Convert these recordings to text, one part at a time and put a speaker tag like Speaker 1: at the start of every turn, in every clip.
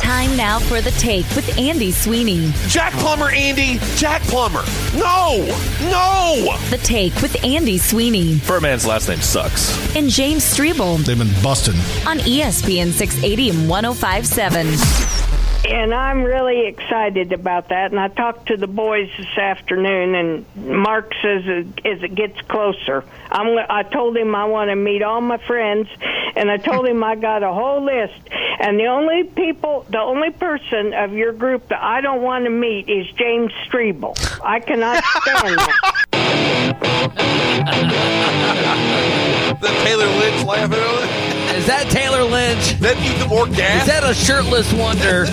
Speaker 1: Time now for the take with Andy Sweeney.
Speaker 2: Jack Plumber, Andy. Jack Plumber. No, no.
Speaker 1: The take with Andy Sweeney
Speaker 2: Birdman's last name sucks.
Speaker 1: and James Strebel
Speaker 3: They've been busting.
Speaker 1: on E ESPN 680 and 1057.
Speaker 4: And I'm really excited about that. And I talked to the boys this afternoon, and Mark says uh, as it gets closer, I'm. go- I told him I want to meet all my friends, and I told him I got a whole list. And the only people, the only person of your group that I don't want to meet is James Strebel. I cannot stand that.
Speaker 5: That Taylor Lynch laughing over there?
Speaker 6: Is that Taylor Lynch?
Speaker 5: That you the more gas?
Speaker 6: Is that a shirtless wonder?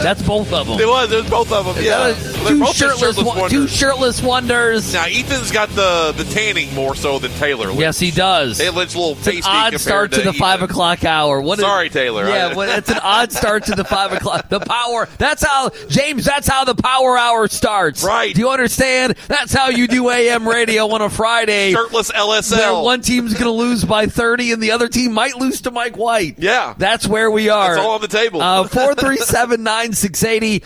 Speaker 6: That's both of them.
Speaker 5: it was. It was both of them.
Speaker 6: Is
Speaker 5: yeah.
Speaker 6: that a-
Speaker 5: They're
Speaker 6: two
Speaker 5: both just
Speaker 6: shirtless, won-
Speaker 5: wonders.
Speaker 6: two shirtless wonders.
Speaker 5: Now Ethan's got the the tanning more so than Taylor. Lynch.
Speaker 6: Yes, he does.
Speaker 5: Taylor Lynch a little
Speaker 6: It's an
Speaker 5: pasty
Speaker 6: odd
Speaker 5: compared
Speaker 6: start to, the
Speaker 5: Ethan.
Speaker 6: five o'clock hour. What is-
Speaker 5: Sorry, Taylor.
Speaker 6: Yeah,
Speaker 5: I-
Speaker 6: well, it's an odd start to the five o'clock. The power. That's how James. That's how the power hour starts.
Speaker 5: Right.
Speaker 6: Do you understand? That's how you do AM radio on a Friday.
Speaker 5: Shirtless
Speaker 6: Where
Speaker 5: LSL.
Speaker 6: one team's going to lose by thirty, and the other team might lose to Mike White.
Speaker 5: Yeah.
Speaker 6: That's where we are.
Speaker 5: That's all on the table.
Speaker 6: Uh, 4379680.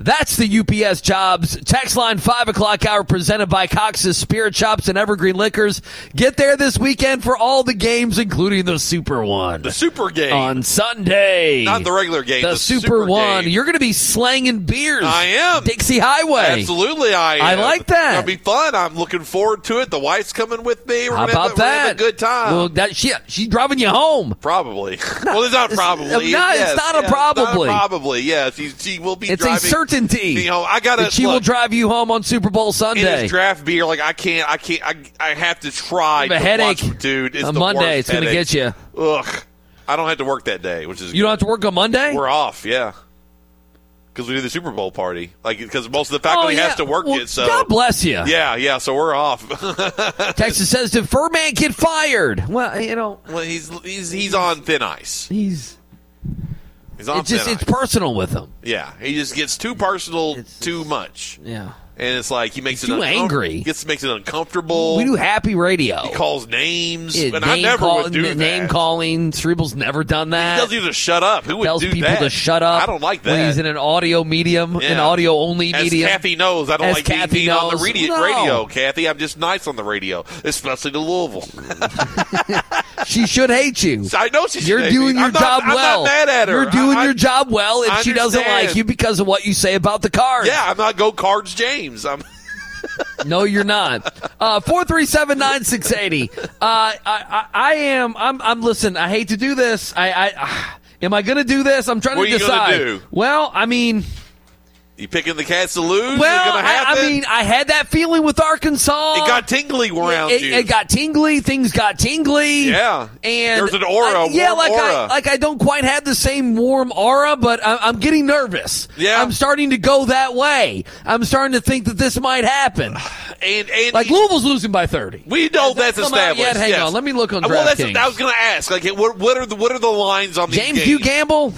Speaker 6: That's the UPS jobs. Text line 5 o'clock hour presented by Cox's Spirit Shops and Evergreen Liquors. Get there this weekend for all the games, including the Super One.
Speaker 5: the super game,
Speaker 6: on Sunday.
Speaker 5: not the regular game.
Speaker 6: The, Super, One.
Speaker 5: game.
Speaker 6: You're going to be slanging beers.
Speaker 5: I am.
Speaker 6: Dixie Highway.
Speaker 5: Absolutely, I.
Speaker 6: I
Speaker 5: am.
Speaker 6: like that.
Speaker 5: It'll be fun. I'm looking forward to it. The wife's coming with me. We're
Speaker 6: How
Speaker 5: gonna
Speaker 6: about
Speaker 5: have a- we're gonna have
Speaker 6: that?
Speaker 5: a good time.
Speaker 6: Well, that she she's driving you home.
Speaker 5: probably. well, it's not probably.
Speaker 6: no, it's
Speaker 5: Yes,
Speaker 6: not a
Speaker 5: yes, not
Speaker 6: probably.
Speaker 5: probably. Yes, she, she will be.
Speaker 6: It's
Speaker 5: driving
Speaker 6: a certainty.
Speaker 5: You know, I gotta.
Speaker 6: that she will
Speaker 5: look,
Speaker 6: drive you home on Super Bowl
Speaker 5: It
Speaker 6: Sunday.
Speaker 5: is draft beer. Like I can't. I can't. I, I have to try.
Speaker 6: I have a
Speaker 5: to
Speaker 6: headache
Speaker 5: watch- dude. It's
Speaker 6: on
Speaker 5: the
Speaker 6: Monday.
Speaker 5: worst
Speaker 6: It's going to
Speaker 5: headache.
Speaker 6: get you.
Speaker 5: Ugh. I don't have to work that day, which is
Speaker 6: You don't have to work on Monday.
Speaker 5: We're off, yeah. Because we do the Super Bowl party, like because most of the
Speaker 6: Oh,
Speaker 5: faculty
Speaker 6: yeah.
Speaker 5: has to work
Speaker 6: Well,
Speaker 5: it. So
Speaker 6: God bless you.
Speaker 5: yeah, yeah. So we're off.
Speaker 6: Texas says, "Did Furman get fired?" Well, you know,
Speaker 5: well, he's he's he's on thin ice.
Speaker 6: he's
Speaker 5: He's on
Speaker 6: it's just
Speaker 5: thin
Speaker 6: it's
Speaker 5: ice.
Speaker 6: personal with him.
Speaker 5: yeah, he just gets too personal, too much,
Speaker 6: Yeah,
Speaker 5: and it's like he makes
Speaker 6: He's
Speaker 5: it
Speaker 6: too
Speaker 5: uncom-
Speaker 6: angry.
Speaker 5: Gets makes it uncomfortable.
Speaker 6: we do happy radio.
Speaker 5: He calls names,
Speaker 6: Yeah,
Speaker 5: and I never
Speaker 6: call-
Speaker 5: would do
Speaker 6: n-
Speaker 5: that.
Speaker 6: name calling. Strebel's never done
Speaker 5: He
Speaker 6: that.
Speaker 5: tells you to shut up. Who would
Speaker 6: tells
Speaker 5: do
Speaker 6: people
Speaker 5: that?
Speaker 6: to shut up.
Speaker 5: I don't like
Speaker 6: When
Speaker 5: that.
Speaker 6: he's in an audio medium, an
Speaker 5: Yeah.
Speaker 6: audio only
Speaker 5: As
Speaker 6: medium.
Speaker 5: Kathy knows, I don't
Speaker 6: As
Speaker 5: like being-
Speaker 6: Kathy
Speaker 5: being on
Speaker 6: knows.
Speaker 5: the radio,
Speaker 6: No.
Speaker 5: radio. Kathy, I'm just nice on the radio, especially to Louisville.
Speaker 6: She should hate you.
Speaker 5: I know she's.
Speaker 6: You're doing your
Speaker 5: I'm not,
Speaker 6: job
Speaker 5: I'm
Speaker 6: well.
Speaker 5: not mad at her.
Speaker 6: You're doing
Speaker 5: I-
Speaker 6: your job well if
Speaker 5: I
Speaker 6: she doesn't
Speaker 5: understand.
Speaker 6: like you because of what you say about the cards.
Speaker 5: Yeah, I'm not go cards, James. I'm.
Speaker 6: No, you're not. Uh, four three seven nine six eighty. Uh, I, I, I am. I'm. I'm. Listen. I hate to do this. I. I ah, am I going to do this? I'm trying
Speaker 5: What
Speaker 6: to
Speaker 5: are you gonna
Speaker 6: decide.
Speaker 5: do?
Speaker 6: Well, I mean,
Speaker 5: You picking the cats to lose? Is it
Speaker 6: well,
Speaker 5: gonna
Speaker 6: I,
Speaker 5: happen?
Speaker 6: I mean, I had that feeling with Arkansas.
Speaker 5: it got tingly around
Speaker 6: it,
Speaker 5: you.
Speaker 6: it got tingly. Things got tingly.
Speaker 5: Yeah.
Speaker 6: and
Speaker 5: There's an aura,
Speaker 6: I- yeah,
Speaker 5: warm
Speaker 6: like I
Speaker 5: aura.
Speaker 6: like I don't quite have the same warm aura, but I, I'm getting nervous.
Speaker 5: Yeah.
Speaker 6: I'm starting to go that way. I'm starting to think that this might happen.
Speaker 5: and and
Speaker 6: Like Louisville's losing by thirty.
Speaker 5: we know that's
Speaker 6: come out yet?
Speaker 5: established.
Speaker 6: Hang
Speaker 5: yes. Uh,
Speaker 6: on, let me look on
Speaker 5: Well, that's
Speaker 6: DraftKings.
Speaker 5: I was going to ask. Like, what, what are the what are the lines on these
Speaker 6: James
Speaker 5: games?
Speaker 6: Hugh Gamble.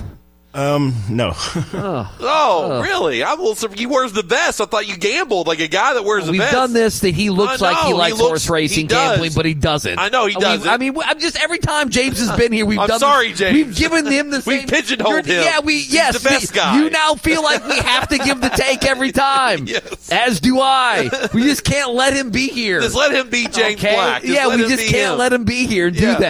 Speaker 3: Um, No.
Speaker 5: Oh, really? I will. sur- He wears the vest. I thought you gambled like a guy that wears the
Speaker 6: We've
Speaker 5: vest.
Speaker 6: done this that he looks
Speaker 5: I
Speaker 6: like he
Speaker 5: know, he
Speaker 6: likes
Speaker 5: looks-
Speaker 6: horse
Speaker 5: he
Speaker 6: racing,
Speaker 5: does.
Speaker 6: gambling, but he doesn't.
Speaker 5: I know he
Speaker 6: We-
Speaker 5: doesn't.
Speaker 6: I mean, we- I'm just every time James has been here, we've
Speaker 5: I'm
Speaker 6: done.
Speaker 5: sorry,
Speaker 6: this-
Speaker 5: James.
Speaker 6: We've given him the
Speaker 5: We
Speaker 6: same.
Speaker 5: pigeonholed
Speaker 6: you're-
Speaker 5: him.
Speaker 6: Yeah, we
Speaker 5: He's
Speaker 6: yes.
Speaker 5: the best
Speaker 6: we-
Speaker 5: guy.
Speaker 6: You now feel like we have to give the take every time.
Speaker 5: Yes.
Speaker 6: As do I. We just can't let him be here.
Speaker 5: Just let him be James
Speaker 6: okay?
Speaker 5: Black. Just
Speaker 6: yeah,
Speaker 5: let
Speaker 6: we
Speaker 5: him
Speaker 6: just
Speaker 5: be
Speaker 6: can't
Speaker 5: him.
Speaker 6: let him be here and
Speaker 5: Yeah.
Speaker 6: do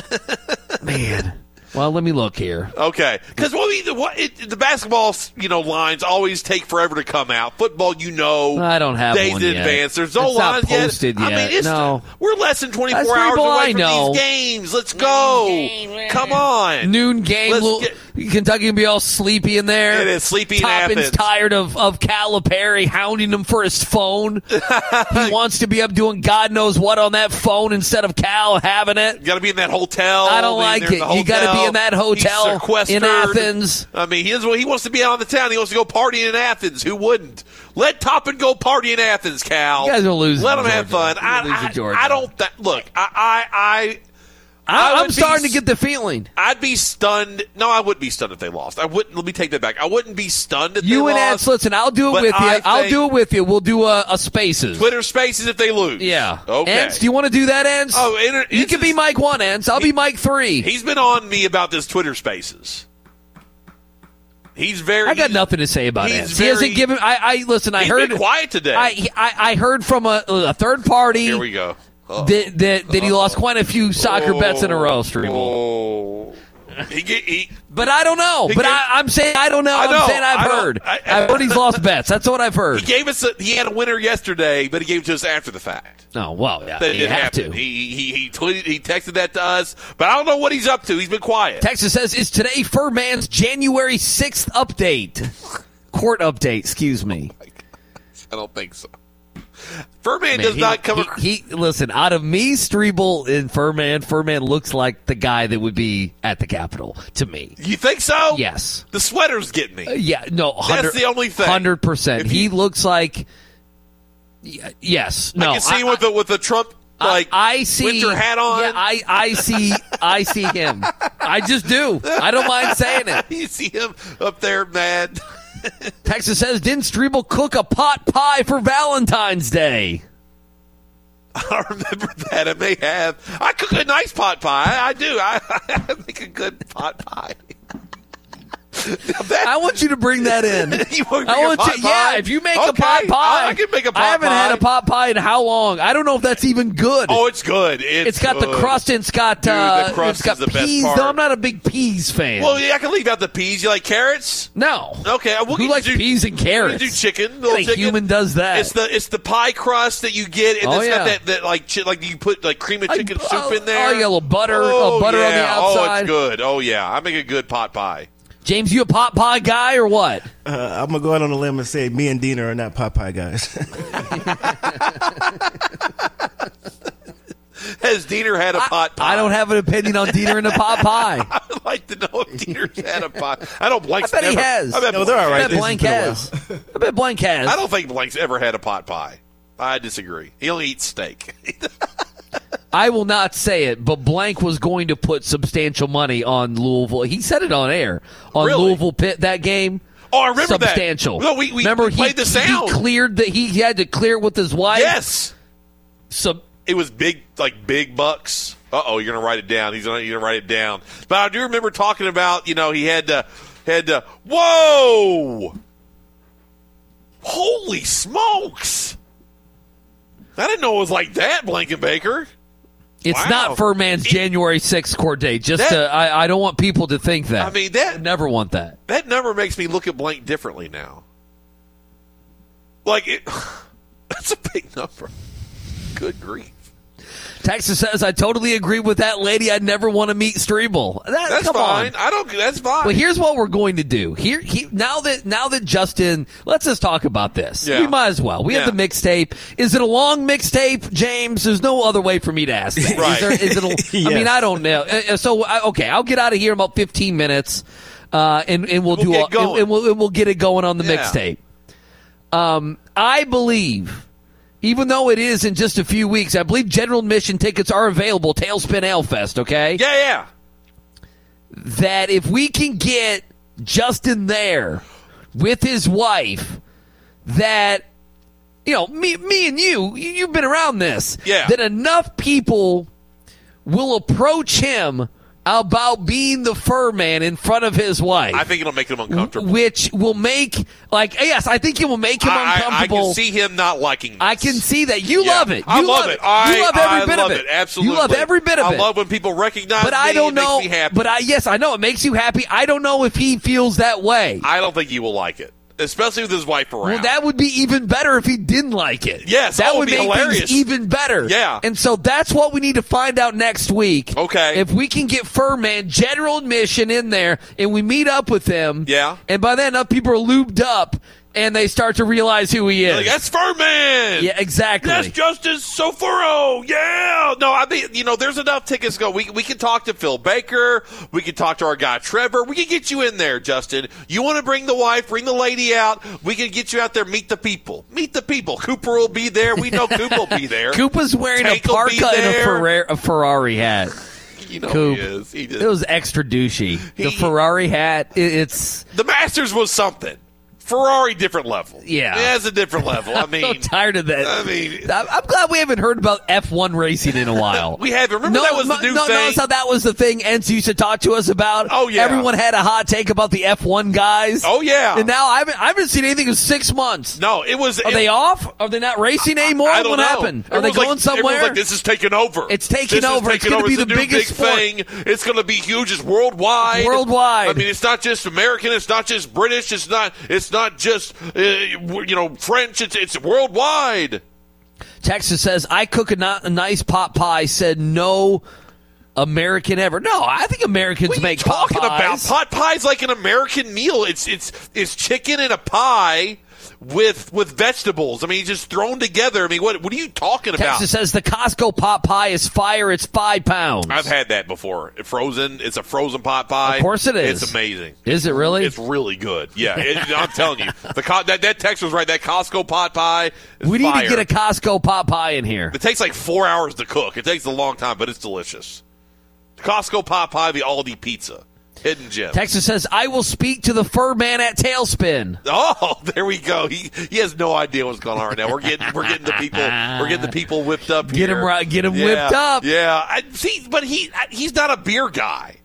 Speaker 6: that. Man. Well, let me look here.
Speaker 5: Okay, because what, we, what it, the basketball, you know, lines always take forever to come out. Football, you know,
Speaker 6: I don't have
Speaker 5: days
Speaker 6: one
Speaker 5: in
Speaker 6: yet.
Speaker 5: advance. There's no
Speaker 6: It's not
Speaker 5: lines yet.
Speaker 6: posted
Speaker 5: I
Speaker 6: yet.
Speaker 5: mean, it's,
Speaker 6: No.
Speaker 5: we're less than 24
Speaker 6: That's
Speaker 5: hours
Speaker 6: people
Speaker 5: away
Speaker 6: I
Speaker 5: from
Speaker 6: know.
Speaker 5: these games. Let's go. come on.
Speaker 6: Noon game.
Speaker 5: Let's
Speaker 6: Little- Kentucky can be all sleepy in there.
Speaker 5: It is sleepy in
Speaker 6: Toppin's
Speaker 5: Athens.
Speaker 6: tired of of Calipari hounding him for his phone. he wants to be up doing God knows what on that phone instead of Cal having it.
Speaker 5: You got to be in that hotel.
Speaker 6: I don't
Speaker 5: Being
Speaker 6: like
Speaker 5: there in
Speaker 6: it.
Speaker 5: the
Speaker 6: You gotta
Speaker 5: hotel.
Speaker 6: be in that
Speaker 5: He's
Speaker 6: hotel in
Speaker 5: sequestered.
Speaker 6: Athens.
Speaker 5: I mean, he is. Well, he wants to be out of the town. He wants to go party in Athens. Who wouldn't? Let Toppin go party in Athens, Cal.
Speaker 6: You guys are losing
Speaker 5: Let
Speaker 6: to
Speaker 5: him have
Speaker 6: Georgia.
Speaker 5: fun.
Speaker 6: You're
Speaker 5: I,
Speaker 6: losing to
Speaker 5: I,
Speaker 6: Georgia.
Speaker 5: I don't. Th- look, I, I, I
Speaker 6: I,
Speaker 5: I would
Speaker 6: I'm
Speaker 5: be
Speaker 6: starting
Speaker 5: s-
Speaker 6: to get the feeling.
Speaker 5: I'd be stunned. No, I wouldn't be stunned if they lost. I wouldn't. Let me take that back. I wouldn't be stunned if
Speaker 6: You
Speaker 5: they
Speaker 6: and
Speaker 5: lost.
Speaker 6: Ants, listen, I'll do it
Speaker 5: but
Speaker 6: with you.
Speaker 5: I
Speaker 6: I'll
Speaker 5: think-
Speaker 6: do it with you. We'll do a, a spaces.
Speaker 5: Twitter Spaces if they lose.
Speaker 6: Yeah.
Speaker 5: Okay.
Speaker 6: Ants, do you want to do that, Ants?
Speaker 5: Oh, inter-
Speaker 6: you can be Mike one, Ants. I'll be Mike three.
Speaker 5: He's been on me about this Twitter Spaces. He's very.
Speaker 6: I got
Speaker 5: he's-
Speaker 6: nothing to say about
Speaker 5: he's
Speaker 6: it. he hasn't
Speaker 5: very-
Speaker 6: given. I, I listen. I
Speaker 5: He's
Speaker 6: heard
Speaker 5: been quiet today.
Speaker 6: I, he- I I heard from a, a third party
Speaker 5: Here we go. Uh-oh.
Speaker 6: that that, that he lost quite a few soccer bets in a row, Streeble.
Speaker 5: Oh. He, get- he,
Speaker 6: But I don't know.
Speaker 5: He
Speaker 6: But
Speaker 5: gave-
Speaker 6: I, I'm saying I don't know.
Speaker 5: I
Speaker 6: I'm
Speaker 5: know.
Speaker 6: saying I've
Speaker 5: I don't-
Speaker 6: heard.
Speaker 5: I-
Speaker 6: have heard he's lost bets. That's what I've heard.
Speaker 5: he gave us. A, he had a winner yesterday, but he gave it to us after the fact.
Speaker 6: No, well, yeah,
Speaker 5: That it
Speaker 6: you
Speaker 5: didn't
Speaker 6: have
Speaker 5: happen.
Speaker 6: to.
Speaker 5: He he he tweeted. He texted that to us, but I don't know what he's up to. He's been quiet.
Speaker 6: Texas says it's today Furman's January 6th update. Court update, excuse me.
Speaker 5: I don't think so. Furman
Speaker 6: Man,
Speaker 5: does
Speaker 6: he-
Speaker 5: not come.
Speaker 6: he-
Speaker 5: across.
Speaker 6: he, listen, out of me, Strebel and Furman, Furman looks like the guy that would be at the Capitol to me.
Speaker 5: you think so?
Speaker 6: Yes.
Speaker 5: The sweater's getting me.
Speaker 6: Yeah, no, 100,
Speaker 5: the only thing.
Speaker 6: 100%.
Speaker 5: If
Speaker 6: He
Speaker 5: you-
Speaker 6: looks like y- yes, no.
Speaker 5: I can see him with the with the Trump
Speaker 6: I-
Speaker 5: like
Speaker 6: I see
Speaker 5: winter hat on.
Speaker 6: Yeah, I I see I see him. I just do. I don't mind saying it.
Speaker 5: you see him up there, mad.
Speaker 6: Texas says, didn't Strebel cook a pot pie for Valentine's Day?
Speaker 5: I remember that. I may have. I cook a nice pot pie. I, I do. I, I make a good pot pie. Now that-
Speaker 6: I want you to bring that in.
Speaker 5: You want to
Speaker 6: I
Speaker 5: make a
Speaker 6: want
Speaker 5: pot
Speaker 6: you,
Speaker 5: pie?
Speaker 6: yeah. If you make a
Speaker 5: Okay,
Speaker 6: pot pie,
Speaker 5: I- I can make a pot
Speaker 6: I haven't
Speaker 5: pie.
Speaker 6: had a pot pie in how long? I don't know if that's even good.
Speaker 5: oh, it's good. It's,
Speaker 6: it's got the
Speaker 5: good.
Speaker 6: crust and it's got
Speaker 5: Dude, the
Speaker 6: uh,
Speaker 5: crust
Speaker 6: it's got
Speaker 5: is the best
Speaker 6: peas.
Speaker 5: part.
Speaker 6: Though I'm not a big peas fan.
Speaker 5: Well, yeah, I can leave out the peas. You like carrots?
Speaker 6: no.
Speaker 5: Okay, uh, we'll
Speaker 6: Who
Speaker 5: get
Speaker 6: likes
Speaker 5: you-
Speaker 6: peas and
Speaker 5: You
Speaker 6: carrots?
Speaker 5: do chicken.
Speaker 6: What
Speaker 5: Little
Speaker 6: kind of
Speaker 5: chicken.
Speaker 6: human does that?
Speaker 5: It's the it's the pie crust that you get, and
Speaker 6: Oh,
Speaker 5: it's
Speaker 6: yeah.
Speaker 5: got that, that like chi- like you put like cream of
Speaker 6: I-
Speaker 5: chicken
Speaker 6: oh,
Speaker 5: soup in there.
Speaker 6: oh, yeah, a little butter- a
Speaker 5: Oh,
Speaker 6: butter on the
Speaker 5: yeah. Oh,
Speaker 6: outside.
Speaker 5: it's good. Oh yeah, I make a good pot pie.
Speaker 6: James, you a pot pie guy or what?
Speaker 3: Uh, I'm gonna go out on a limb and say me and Dina are not Popeye guys.
Speaker 5: Has Diener had a pot pie?
Speaker 6: I don't have an opinion on Dieter and a pot pie.
Speaker 5: I'd like to know if Diener's had a pot. I don't. Blank's
Speaker 6: I bet he
Speaker 5: never-
Speaker 6: has.
Speaker 5: I bet
Speaker 3: No, they're all
Speaker 5: Blank's
Speaker 3: right.
Speaker 6: I bet
Speaker 5: had
Speaker 3: this has
Speaker 5: it.
Speaker 6: Blank
Speaker 3: been a while.
Speaker 6: has. I bet Blank has.
Speaker 5: I don't think Blank's ever had a pot pie. I disagree. He only eats steak.
Speaker 6: I will not say it, but Blank was going to put substantial money on Louisville. He said it on air on
Speaker 5: Really?
Speaker 6: Louisville Pitt that game.
Speaker 5: Oh, I remember that.
Speaker 6: substantial.
Speaker 5: No, we- we-
Speaker 6: remember
Speaker 5: we
Speaker 6: he-
Speaker 5: played the sound.
Speaker 6: He cleared that he had to clear with his wife.
Speaker 5: yes,
Speaker 6: Sub-
Speaker 5: it was big, like big bucks. Uh oh, you're gonna write it down. He's gonna you're gonna write it down. But I do remember talking about you know he had to had to whoa, holy smokes! I didn't know it was like that, Blankenbaker.
Speaker 6: it's
Speaker 5: Wow.
Speaker 6: not Furman's January 6th court date. Just
Speaker 5: That-
Speaker 6: to, I, I don't want people to think that.
Speaker 5: I mean that
Speaker 6: I never want that.
Speaker 5: that number makes me look at blank differently now. Like it, that's a big number. Good grief.
Speaker 6: Texas says I totally agree with that lady. I'd never want to meet Strebel. That,
Speaker 5: That's
Speaker 6: come on.
Speaker 5: fine. I don't. That's fine.
Speaker 6: Well, here's what we're going to do. Here, he, now that now that Justin, let's just talk about this.
Speaker 5: Yeah.
Speaker 6: We might as well. We
Speaker 5: Yeah.
Speaker 6: have the mixtape. Is it a long mixtape, James? There's no other way for me to ask. That. Is
Speaker 5: Right.
Speaker 6: there- is it? A, I
Speaker 3: Yes.
Speaker 6: mean, I don't know. Uh, uh, So I- okay, I'll get out of here in about 15 minutes, uh, and and we'll,
Speaker 5: We'll
Speaker 6: do
Speaker 5: get
Speaker 6: all, and,
Speaker 5: going.
Speaker 6: and we'll and we'll get it going on the
Speaker 5: Yeah.
Speaker 6: mixtape. Um, I believe. Even though it is in just a few weeks, I believe general admission tickets are available. Tailspin Ale Fest, okay?
Speaker 5: yeah, yeah.
Speaker 6: that if we can get Justin there with his wife, that you know, me, me and you, you- you've been around this.
Speaker 5: Yeah.
Speaker 6: That enough people will approach him about being the fur man in front of his wife.
Speaker 5: I think it'll make him uncomfortable.
Speaker 6: which will make like yes, I think it will make him
Speaker 5: I, I- I
Speaker 6: uncomfortable.
Speaker 5: can see him not liking this.
Speaker 6: I can see that you
Speaker 5: Yeah.
Speaker 6: love it. You
Speaker 5: I love, it. I
Speaker 6: you love every
Speaker 5: I
Speaker 6: bit
Speaker 5: love
Speaker 6: of
Speaker 5: it. Absolutely.
Speaker 6: You love every bit of
Speaker 5: I
Speaker 6: it.
Speaker 5: love when people recognize
Speaker 6: but
Speaker 5: me.
Speaker 6: I don't
Speaker 5: it makes
Speaker 6: know.
Speaker 5: me happy.
Speaker 6: But I yes, I know it makes you happy. I don't know if he feels that way.
Speaker 5: I don't think he will like it, especially with his wife around.
Speaker 6: Well, that would be even better if he didn't like it.
Speaker 5: Yes,
Speaker 6: that
Speaker 5: that would
Speaker 6: would
Speaker 5: be
Speaker 6: make
Speaker 5: hilarious.
Speaker 6: things even better.
Speaker 5: Yeah.
Speaker 6: and so that's what we need to find out next week.
Speaker 5: Okay.
Speaker 6: if we can get Furman general admission in there, and we meet up with him.
Speaker 5: Yeah.
Speaker 6: and by then enough people are lubed up, and they start to realize who he is.
Speaker 5: Like, that's Furman.
Speaker 6: yeah, exactly.
Speaker 5: That's Justice Sofuro. Yeah. No, I mean, you know, there's enough tickets to go. We, we can talk to Phil Baker. We can talk to our guy Trevor. We can get you in there, Justin. You want to bring the wife, bring the lady out. We can get you out there. Meet the people. Meet the people. Cooper will be there. We know Cooper will be there.
Speaker 6: Koopa's wearing
Speaker 5: Tank
Speaker 6: a
Speaker 5: will be
Speaker 6: parka and a,
Speaker 5: there.
Speaker 6: Ferrar- a Ferrari hat.
Speaker 5: You know
Speaker 6: Coop.
Speaker 5: he is. He just,
Speaker 6: It was extra douchey. The
Speaker 5: He-
Speaker 6: Ferrari hat. It, it's
Speaker 5: the Masters was something. Ferrari, different level.
Speaker 6: Yeah.
Speaker 5: Yeah, it's a different level. I mean,
Speaker 6: I'm tired of that.
Speaker 5: I mean-
Speaker 6: I'm, I'm glad we haven't heard about F1 racing in a while.
Speaker 5: We haven't. Remember that was the
Speaker 6: no,
Speaker 5: new
Speaker 6: no,
Speaker 5: thing?
Speaker 6: Notice how that was the thing Ents used to talk to us about.
Speaker 5: Oh, yeah.
Speaker 6: everyone had a hot take about the F1 guys.
Speaker 5: Oh, yeah.
Speaker 6: and now I haven't, I haven't seen anything in six months.
Speaker 5: no, it was.
Speaker 6: Are
Speaker 5: it-
Speaker 6: they off? Are they not racing anymore?
Speaker 5: I don't
Speaker 6: what
Speaker 5: know.
Speaker 6: happened? Are they
Speaker 5: Everyone's like-
Speaker 6: going somewhere?
Speaker 5: everyone's like, this is taking over.
Speaker 6: It's taking
Speaker 5: This is
Speaker 6: over. It's
Speaker 5: taking
Speaker 6: gonna
Speaker 5: over.
Speaker 6: be
Speaker 5: a
Speaker 6: the
Speaker 5: new
Speaker 6: biggest
Speaker 5: big
Speaker 6: sport.
Speaker 5: thing. It's going to be huge. It's worldwide.
Speaker 6: Worldwide.
Speaker 5: I mean, it's not just American. It's not just British. It's not. It's not just uh, you know French. It's it's worldwide.
Speaker 6: Texas says, I cook a, not, a nice pot pie, said no American ever. No, I think Americans
Speaker 5: What are you
Speaker 6: make pot
Speaker 5: talking about?
Speaker 6: pies.
Speaker 5: Pot pie's like an American meal. It's it's it's chicken and a pie with with vegetables. I mean, just thrown together. I mean, what what are you talking about?
Speaker 6: Texas says the Costco pot pie is fire. It's five pounds.
Speaker 5: I've had that before. Frozen. It's a frozen pot pie.
Speaker 6: Of course it is.
Speaker 5: It's amazing.
Speaker 6: Is it really?
Speaker 5: It's really good. Yeah, it, I'm telling you, the co- that that text was right. That Costco pot pie. Is
Speaker 6: we need to
Speaker 5: fire.
Speaker 6: get a Costco pot pie in here.
Speaker 5: It takes like four hours to cook. It takes a long time, but it's delicious. Costco pot pie, the Aldi pizza, hidden gem.
Speaker 6: Texas says, I will speak to the fur man at Tailspin.
Speaker 5: oh, there we go. He he has no idea what's going on right now. We're getting we're getting the people we're getting the people whipped up.
Speaker 6: Get 'em
Speaker 5: here.
Speaker 6: right- get 'em
Speaker 5: Yeah,
Speaker 6: whipped up.
Speaker 5: Yeah, I, see, but he I- he's not a beer guy.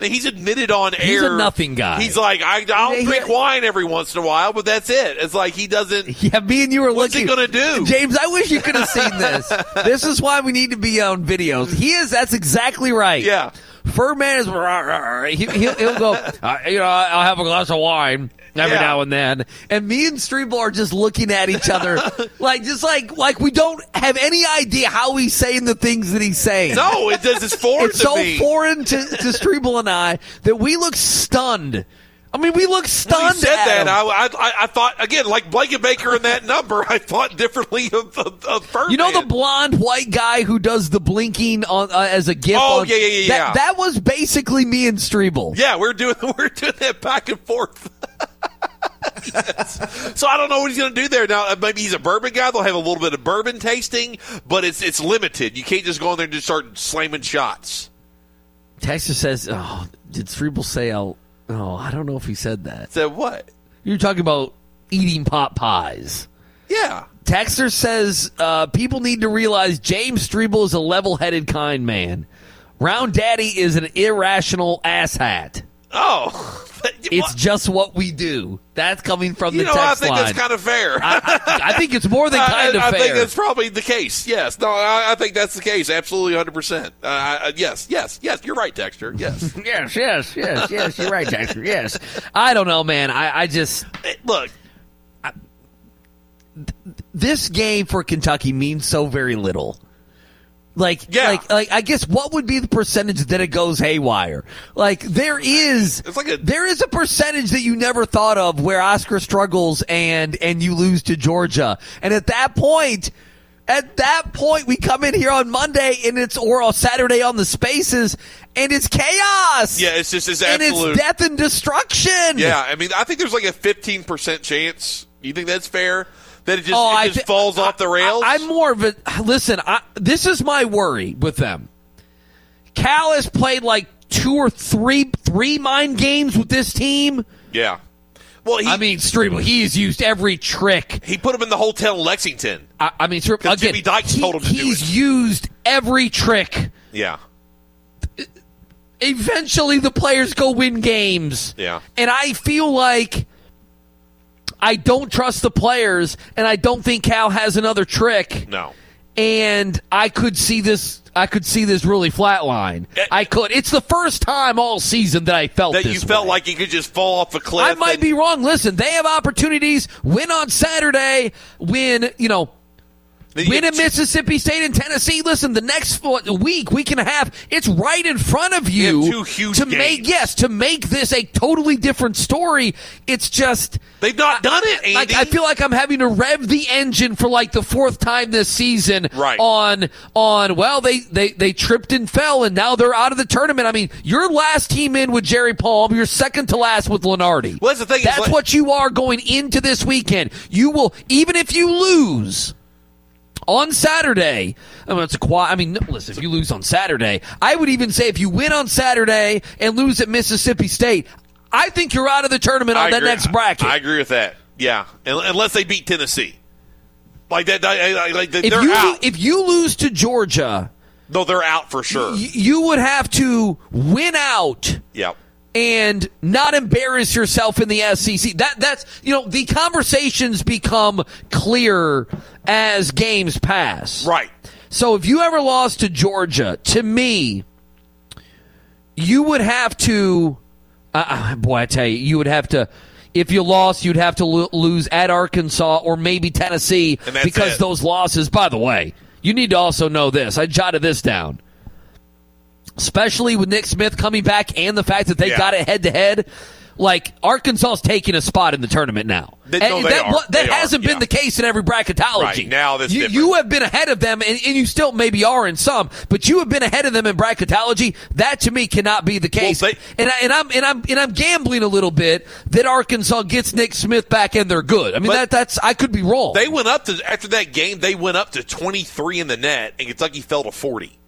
Speaker 5: He's admitted on
Speaker 6: He's
Speaker 5: air.
Speaker 6: a nothing guy.
Speaker 5: He's like I, I'll
Speaker 6: Yeah, he-
Speaker 5: drink wine every once in a while, but that's it. It's like he doesn't.
Speaker 6: Yeah, me and you were
Speaker 5: What's he
Speaker 6: looking.
Speaker 5: gonna do?
Speaker 6: James, I wish you could have seen this. this is why we need to be on videos. He is. That's exactly right.
Speaker 5: Yeah.
Speaker 6: Fur man is. rah, rah, rah. He, he'll, he'll go. "Uh, you know, I'll have a glass of wine every
Speaker 5: Yeah.
Speaker 6: now and then. And me and Streeble are just looking at each other, like just like like we don't have any idea how he's saying the things that he's saying.
Speaker 5: No, it does. It's foreign
Speaker 6: It's
Speaker 5: to
Speaker 6: so
Speaker 5: me.
Speaker 6: foreign to, to Streeble and I that we look stunned. I mean, we look
Speaker 5: When
Speaker 6: stunned.
Speaker 5: he said
Speaker 6: at
Speaker 5: that,
Speaker 6: him.
Speaker 5: I, I, I thought again, like Blankenbaker in that number. I thought differently of, of, of Furman.
Speaker 6: You know the blonde white guy who does the blinking on uh, as a gift.
Speaker 5: Oh,
Speaker 6: on-
Speaker 5: yeah, yeah, yeah,
Speaker 6: That,
Speaker 5: yeah.
Speaker 6: that was basically me and Strebel.
Speaker 5: yeah, we're doing we're doing that back and forth. Yes. So I don't know what he's going to do there now. uh, Maybe he's a bourbon guy. They'll have a little bit of bourbon tasting, but it's it's limited. You can't just go in there and just start slamming shots.
Speaker 6: Texas says, "Oh, did Strebel say I'll?" Oh, I don't know if he said that.
Speaker 5: Said what?
Speaker 6: You're talking about eating pot pies.
Speaker 5: Yeah.
Speaker 6: Texter says uh, people need to realize James Strebel is a level-headed, kind man. Round Daddy is an irrational asshat.
Speaker 5: Oh,
Speaker 6: It's
Speaker 5: Well,
Speaker 6: just what we do. That's coming from
Speaker 5: you
Speaker 6: the
Speaker 5: know. I
Speaker 6: text
Speaker 5: think
Speaker 6: line.
Speaker 5: that's kind of fair.
Speaker 6: I, I- I think it's more than kind of
Speaker 5: I, I
Speaker 6: fair.
Speaker 5: think that's probably the case. Yes. No, I, I think that's the case. Absolutely, hundred percent. Uh, yes, yes, yes. You're right, Dexter. Yes.
Speaker 6: Yes, yes, yes, yes. You're right, Dexter. Yes. I don't know, man. I, I just
Speaker 5: Eh, Look,
Speaker 6: this game for Kentucky means so very little. Like,
Speaker 5: Yeah.
Speaker 6: like, like. I guess what would be the percentage that it goes haywire? Like, there is,
Speaker 5: It's like a-
Speaker 6: there is a percentage that you never thought of where Oscar struggles and and you lose to Georgia, and at that point, at that point, we come in here on Monday and it's or on Saturday on the spaces, and it's chaos.
Speaker 5: yeah, it's just it's
Speaker 6: and
Speaker 5: absolute.
Speaker 6: it's death and destruction.
Speaker 5: yeah, I mean, I think there's like a fifteen percent chance. You think that's fair? That it just,
Speaker 6: Oh,
Speaker 5: it
Speaker 6: I
Speaker 5: just
Speaker 6: thi-
Speaker 5: falls off the rails.
Speaker 6: I, am more of a listen. I, this is my worry with them. Cal has played like two or three three mind games with this team.
Speaker 5: yeah. Well, he
Speaker 6: I mean, Strebel, he's used every trick.
Speaker 5: he put him in the hotel in Lexington.
Speaker 6: I, I mean, Strebel,
Speaker 5: 'Cause
Speaker 6: again,
Speaker 5: Jimmy Dykes
Speaker 6: he-
Speaker 5: told him to do
Speaker 6: he's
Speaker 5: it.
Speaker 6: used every trick.
Speaker 5: Yeah.
Speaker 6: eventually the players go win games.
Speaker 5: Yeah.
Speaker 6: And I feel like I don't trust the players, and I don't think Cal has another trick.
Speaker 5: No.
Speaker 6: And I could see this. I could see this really flatline.
Speaker 5: Eh.
Speaker 6: I could. It's the first time all season that I felt
Speaker 5: That
Speaker 6: this
Speaker 5: you felt
Speaker 6: way.
Speaker 5: like you could just fall off a cliff.
Speaker 6: I might
Speaker 5: and-
Speaker 6: be wrong. Listen, they have opportunities. Win on Saturday. Win. You know,
Speaker 5: then you
Speaker 6: win
Speaker 5: get
Speaker 6: at
Speaker 5: two-
Speaker 6: Mississippi State and Tennessee. Listen, the next fo- week, week and a half, it's right in front of you.
Speaker 5: have two huge
Speaker 6: to
Speaker 5: games.
Speaker 6: make yes, to make this a totally different story. It's just
Speaker 5: They've not done it, Andy.
Speaker 6: like I feel like I'm having to rev the engine for like the fourth time this season.
Speaker 5: Right.
Speaker 6: On on well they they they tripped and fell and now they're out of the tournament. I mean, your last team in with Jerry Palm, you're second to last with Lenardi.
Speaker 5: Well, that's the thing, it's
Speaker 6: That's
Speaker 5: like-
Speaker 6: what you are going into this weekend. You will even if you lose. On Saturday, I mean, it's a quad. I mean, no, listen, if you lose on Saturday, I would even say if you win on Saturday and lose at Mississippi State, I think you're out of the tournament on
Speaker 5: I
Speaker 6: that
Speaker 5: agree-
Speaker 6: next bracket.
Speaker 5: I agree with that. Yeah, Un- unless they beat Tennessee, like that. I- I- I- Like
Speaker 6: if
Speaker 5: they're
Speaker 6: you
Speaker 5: out.
Speaker 6: if you lose to Georgia,
Speaker 5: no, they're out for sure.
Speaker 6: y- you would have to win out
Speaker 5: yep.
Speaker 6: and not embarrass yourself in the SEC. That that's you know the conversations become clearer as games pass.
Speaker 5: Right.
Speaker 6: So if you ever lost to Georgia, to me, you would have to. Uh, uh, boy, I tell you, you would have to. If you lost, you'd have to lo- lose at Arkansas or maybe Tennessee
Speaker 5: And that's
Speaker 6: because
Speaker 5: it.
Speaker 6: those losses. By the way, you need to also know this. I jotted this down. Especially with Nick Smith coming back and the fact that they
Speaker 5: Yeah.
Speaker 6: got it head to head, like Arkansas's taking a spot in the tournament now.
Speaker 5: They-
Speaker 6: And
Speaker 5: no, they
Speaker 6: that
Speaker 5: are.
Speaker 6: wa- that
Speaker 5: They are,
Speaker 6: hasn't been
Speaker 5: yeah.
Speaker 6: the case in every bracketology.
Speaker 5: Right, now that's
Speaker 6: you,
Speaker 5: different.
Speaker 6: you have been ahead of them, and, and you still maybe are in some, but you have been ahead of them in bracketology. That to me cannot be the case.
Speaker 5: they-
Speaker 6: and, I, and I'm and I'm and I'm gambling a little bit that Arkansas gets Nick Smith back and they're good. I mean
Speaker 5: But-
Speaker 6: that that's I could be wrong.
Speaker 5: They went up to after that game. They went up to twenty three in the net, and Kentucky fell to forty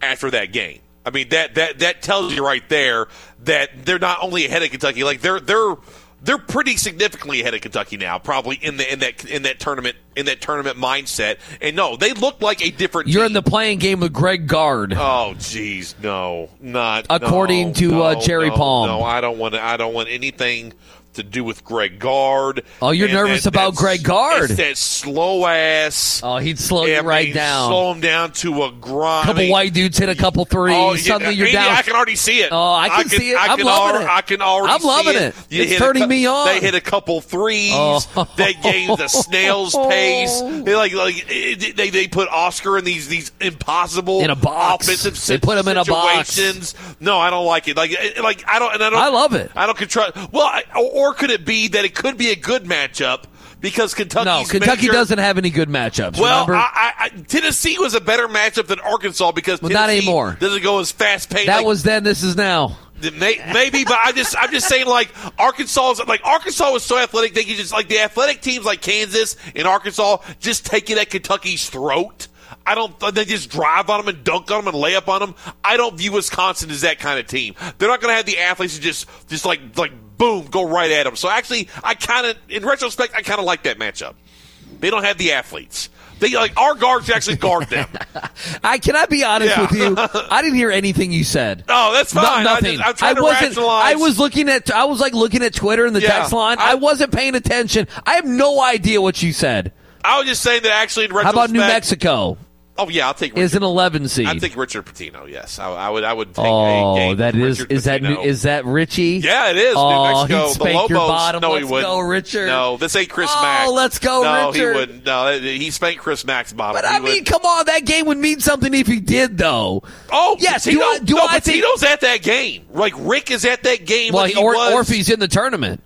Speaker 5: after that game. I mean that that that tells you right there that they're not only ahead of Kentucky, like they're they're they're pretty significantly ahead of Kentucky now, probably in the in that in that tournament in that tournament mindset. And no, they look like a different.
Speaker 6: You're
Speaker 5: team.
Speaker 6: in the playing game with Greg Gard.
Speaker 5: Oh jeez, no, not
Speaker 6: According
Speaker 5: no,
Speaker 6: to, uh,
Speaker 5: no,
Speaker 6: Jerry
Speaker 5: no,
Speaker 6: Palm.
Speaker 5: No, I don't want. I don't want anything to do with Greg Gard.
Speaker 6: Oh, you're nervous about
Speaker 5: that's-
Speaker 6: Greg Gard.
Speaker 5: It's that slow ass.
Speaker 6: oh, he'd slow you
Speaker 5: I
Speaker 6: right
Speaker 5: mean,
Speaker 6: down.
Speaker 5: Slow him down to a grind.
Speaker 6: a couple
Speaker 5: I mean,
Speaker 6: white dudes hit a couple threes.
Speaker 5: oh, yeah,
Speaker 6: Suddenly you're
Speaker 5: Andy,
Speaker 6: down.
Speaker 5: I can already see it.
Speaker 6: Oh, I can see it.
Speaker 5: I
Speaker 6: I'm
Speaker 5: can
Speaker 6: loving
Speaker 5: alre-
Speaker 6: it.
Speaker 5: I can already.
Speaker 6: I'm
Speaker 5: see
Speaker 6: loving
Speaker 5: it.
Speaker 6: it.
Speaker 5: You
Speaker 6: It's
Speaker 5: hit a
Speaker 6: turning
Speaker 5: cou-
Speaker 6: me on.
Speaker 5: They hit a couple threes.
Speaker 6: Oh.
Speaker 5: They gave the snail's pace. They like like it, they they put Oscar in these these impossible
Speaker 6: In a box.
Speaker 5: offensive
Speaker 6: They put him in a box.
Speaker 5: situations. No, I don't like it. Like it- like I don't and I don't.
Speaker 6: I love it.
Speaker 5: I don't control. Well, I, or, or could it be that it could be a good matchup because Kentucky's
Speaker 6: no, Kentucky
Speaker 5: major-
Speaker 6: doesn't have any good matchups.
Speaker 5: well,
Speaker 6: remember?
Speaker 5: I, I, I- Tennessee was a better matchup than Arkansas because
Speaker 6: Well, not
Speaker 5: Tennessee
Speaker 6: anymore.
Speaker 5: doesn't go as fast paced.
Speaker 6: that was then. This is now.
Speaker 5: may, maybe, but I just I'm just saying like Arkansas is like Arkansas was so athletic they could just like the athletic teams like Kansas and Arkansas just take it at Kentucky's throat. I don't. They just drive on them and dunk on them and lay up on them. I don't view Wisconsin as that kind of team. They're not going to have the athletes to just just like like boom go right at them. So actually, I kind of in retrospect, I kind of like that matchup. They don't have the athletes. They like our guards actually guard them.
Speaker 6: I can I be honest
Speaker 5: Yeah.
Speaker 6: with you? I didn't hear anything you said.
Speaker 5: No, Oh, that's
Speaker 6: No-
Speaker 5: fine. I
Speaker 6: nothing.
Speaker 5: just- I'm trying to
Speaker 6: wasn't.
Speaker 5: rationalize.
Speaker 6: I was looking at. I was like looking at Twitter and the
Speaker 5: Yeah.
Speaker 6: text line. I,
Speaker 5: I-
Speaker 6: wasn't paying attention. I have no idea what you said.
Speaker 5: I was just saying that actually in
Speaker 6: How
Speaker 5: retrospect.
Speaker 6: about New Mexico?
Speaker 5: Oh yeah, I'll take. Richard.
Speaker 6: Is an eleven seed.
Speaker 5: I think Richard Patino. Yes, I, I would. I would take a
Speaker 6: oh,
Speaker 5: game.
Speaker 6: that
Speaker 5: with
Speaker 6: is.
Speaker 5: Richard
Speaker 6: Is that new,
Speaker 5: Pitino.
Speaker 6: is that Richie?
Speaker 5: Yeah, it is.
Speaker 6: Oh,
Speaker 5: New Mexico.
Speaker 6: he'd
Speaker 5: the
Speaker 6: spank
Speaker 5: Lobos.
Speaker 6: your bottom.
Speaker 5: No,
Speaker 6: let's
Speaker 5: he wouldn't.
Speaker 6: go, Richard.
Speaker 5: No, this ain't Chris
Speaker 6: Oh,
Speaker 5: Mack.
Speaker 6: let's go,
Speaker 5: no,
Speaker 6: Richard.
Speaker 5: he wouldn't. No, he spanked Chris Mack's bottom.
Speaker 6: But
Speaker 5: He
Speaker 6: I mean,
Speaker 5: wouldn't.
Speaker 6: come on, that game would mean something if he did, though.
Speaker 5: oh
Speaker 6: yes.
Speaker 5: Pitino,
Speaker 6: do I, do
Speaker 5: no,
Speaker 6: I think?
Speaker 5: Pitino's at that game. Like Rick is at that game.
Speaker 6: Well,
Speaker 5: like he
Speaker 6: or,
Speaker 5: was.
Speaker 6: or if he's in the tournament.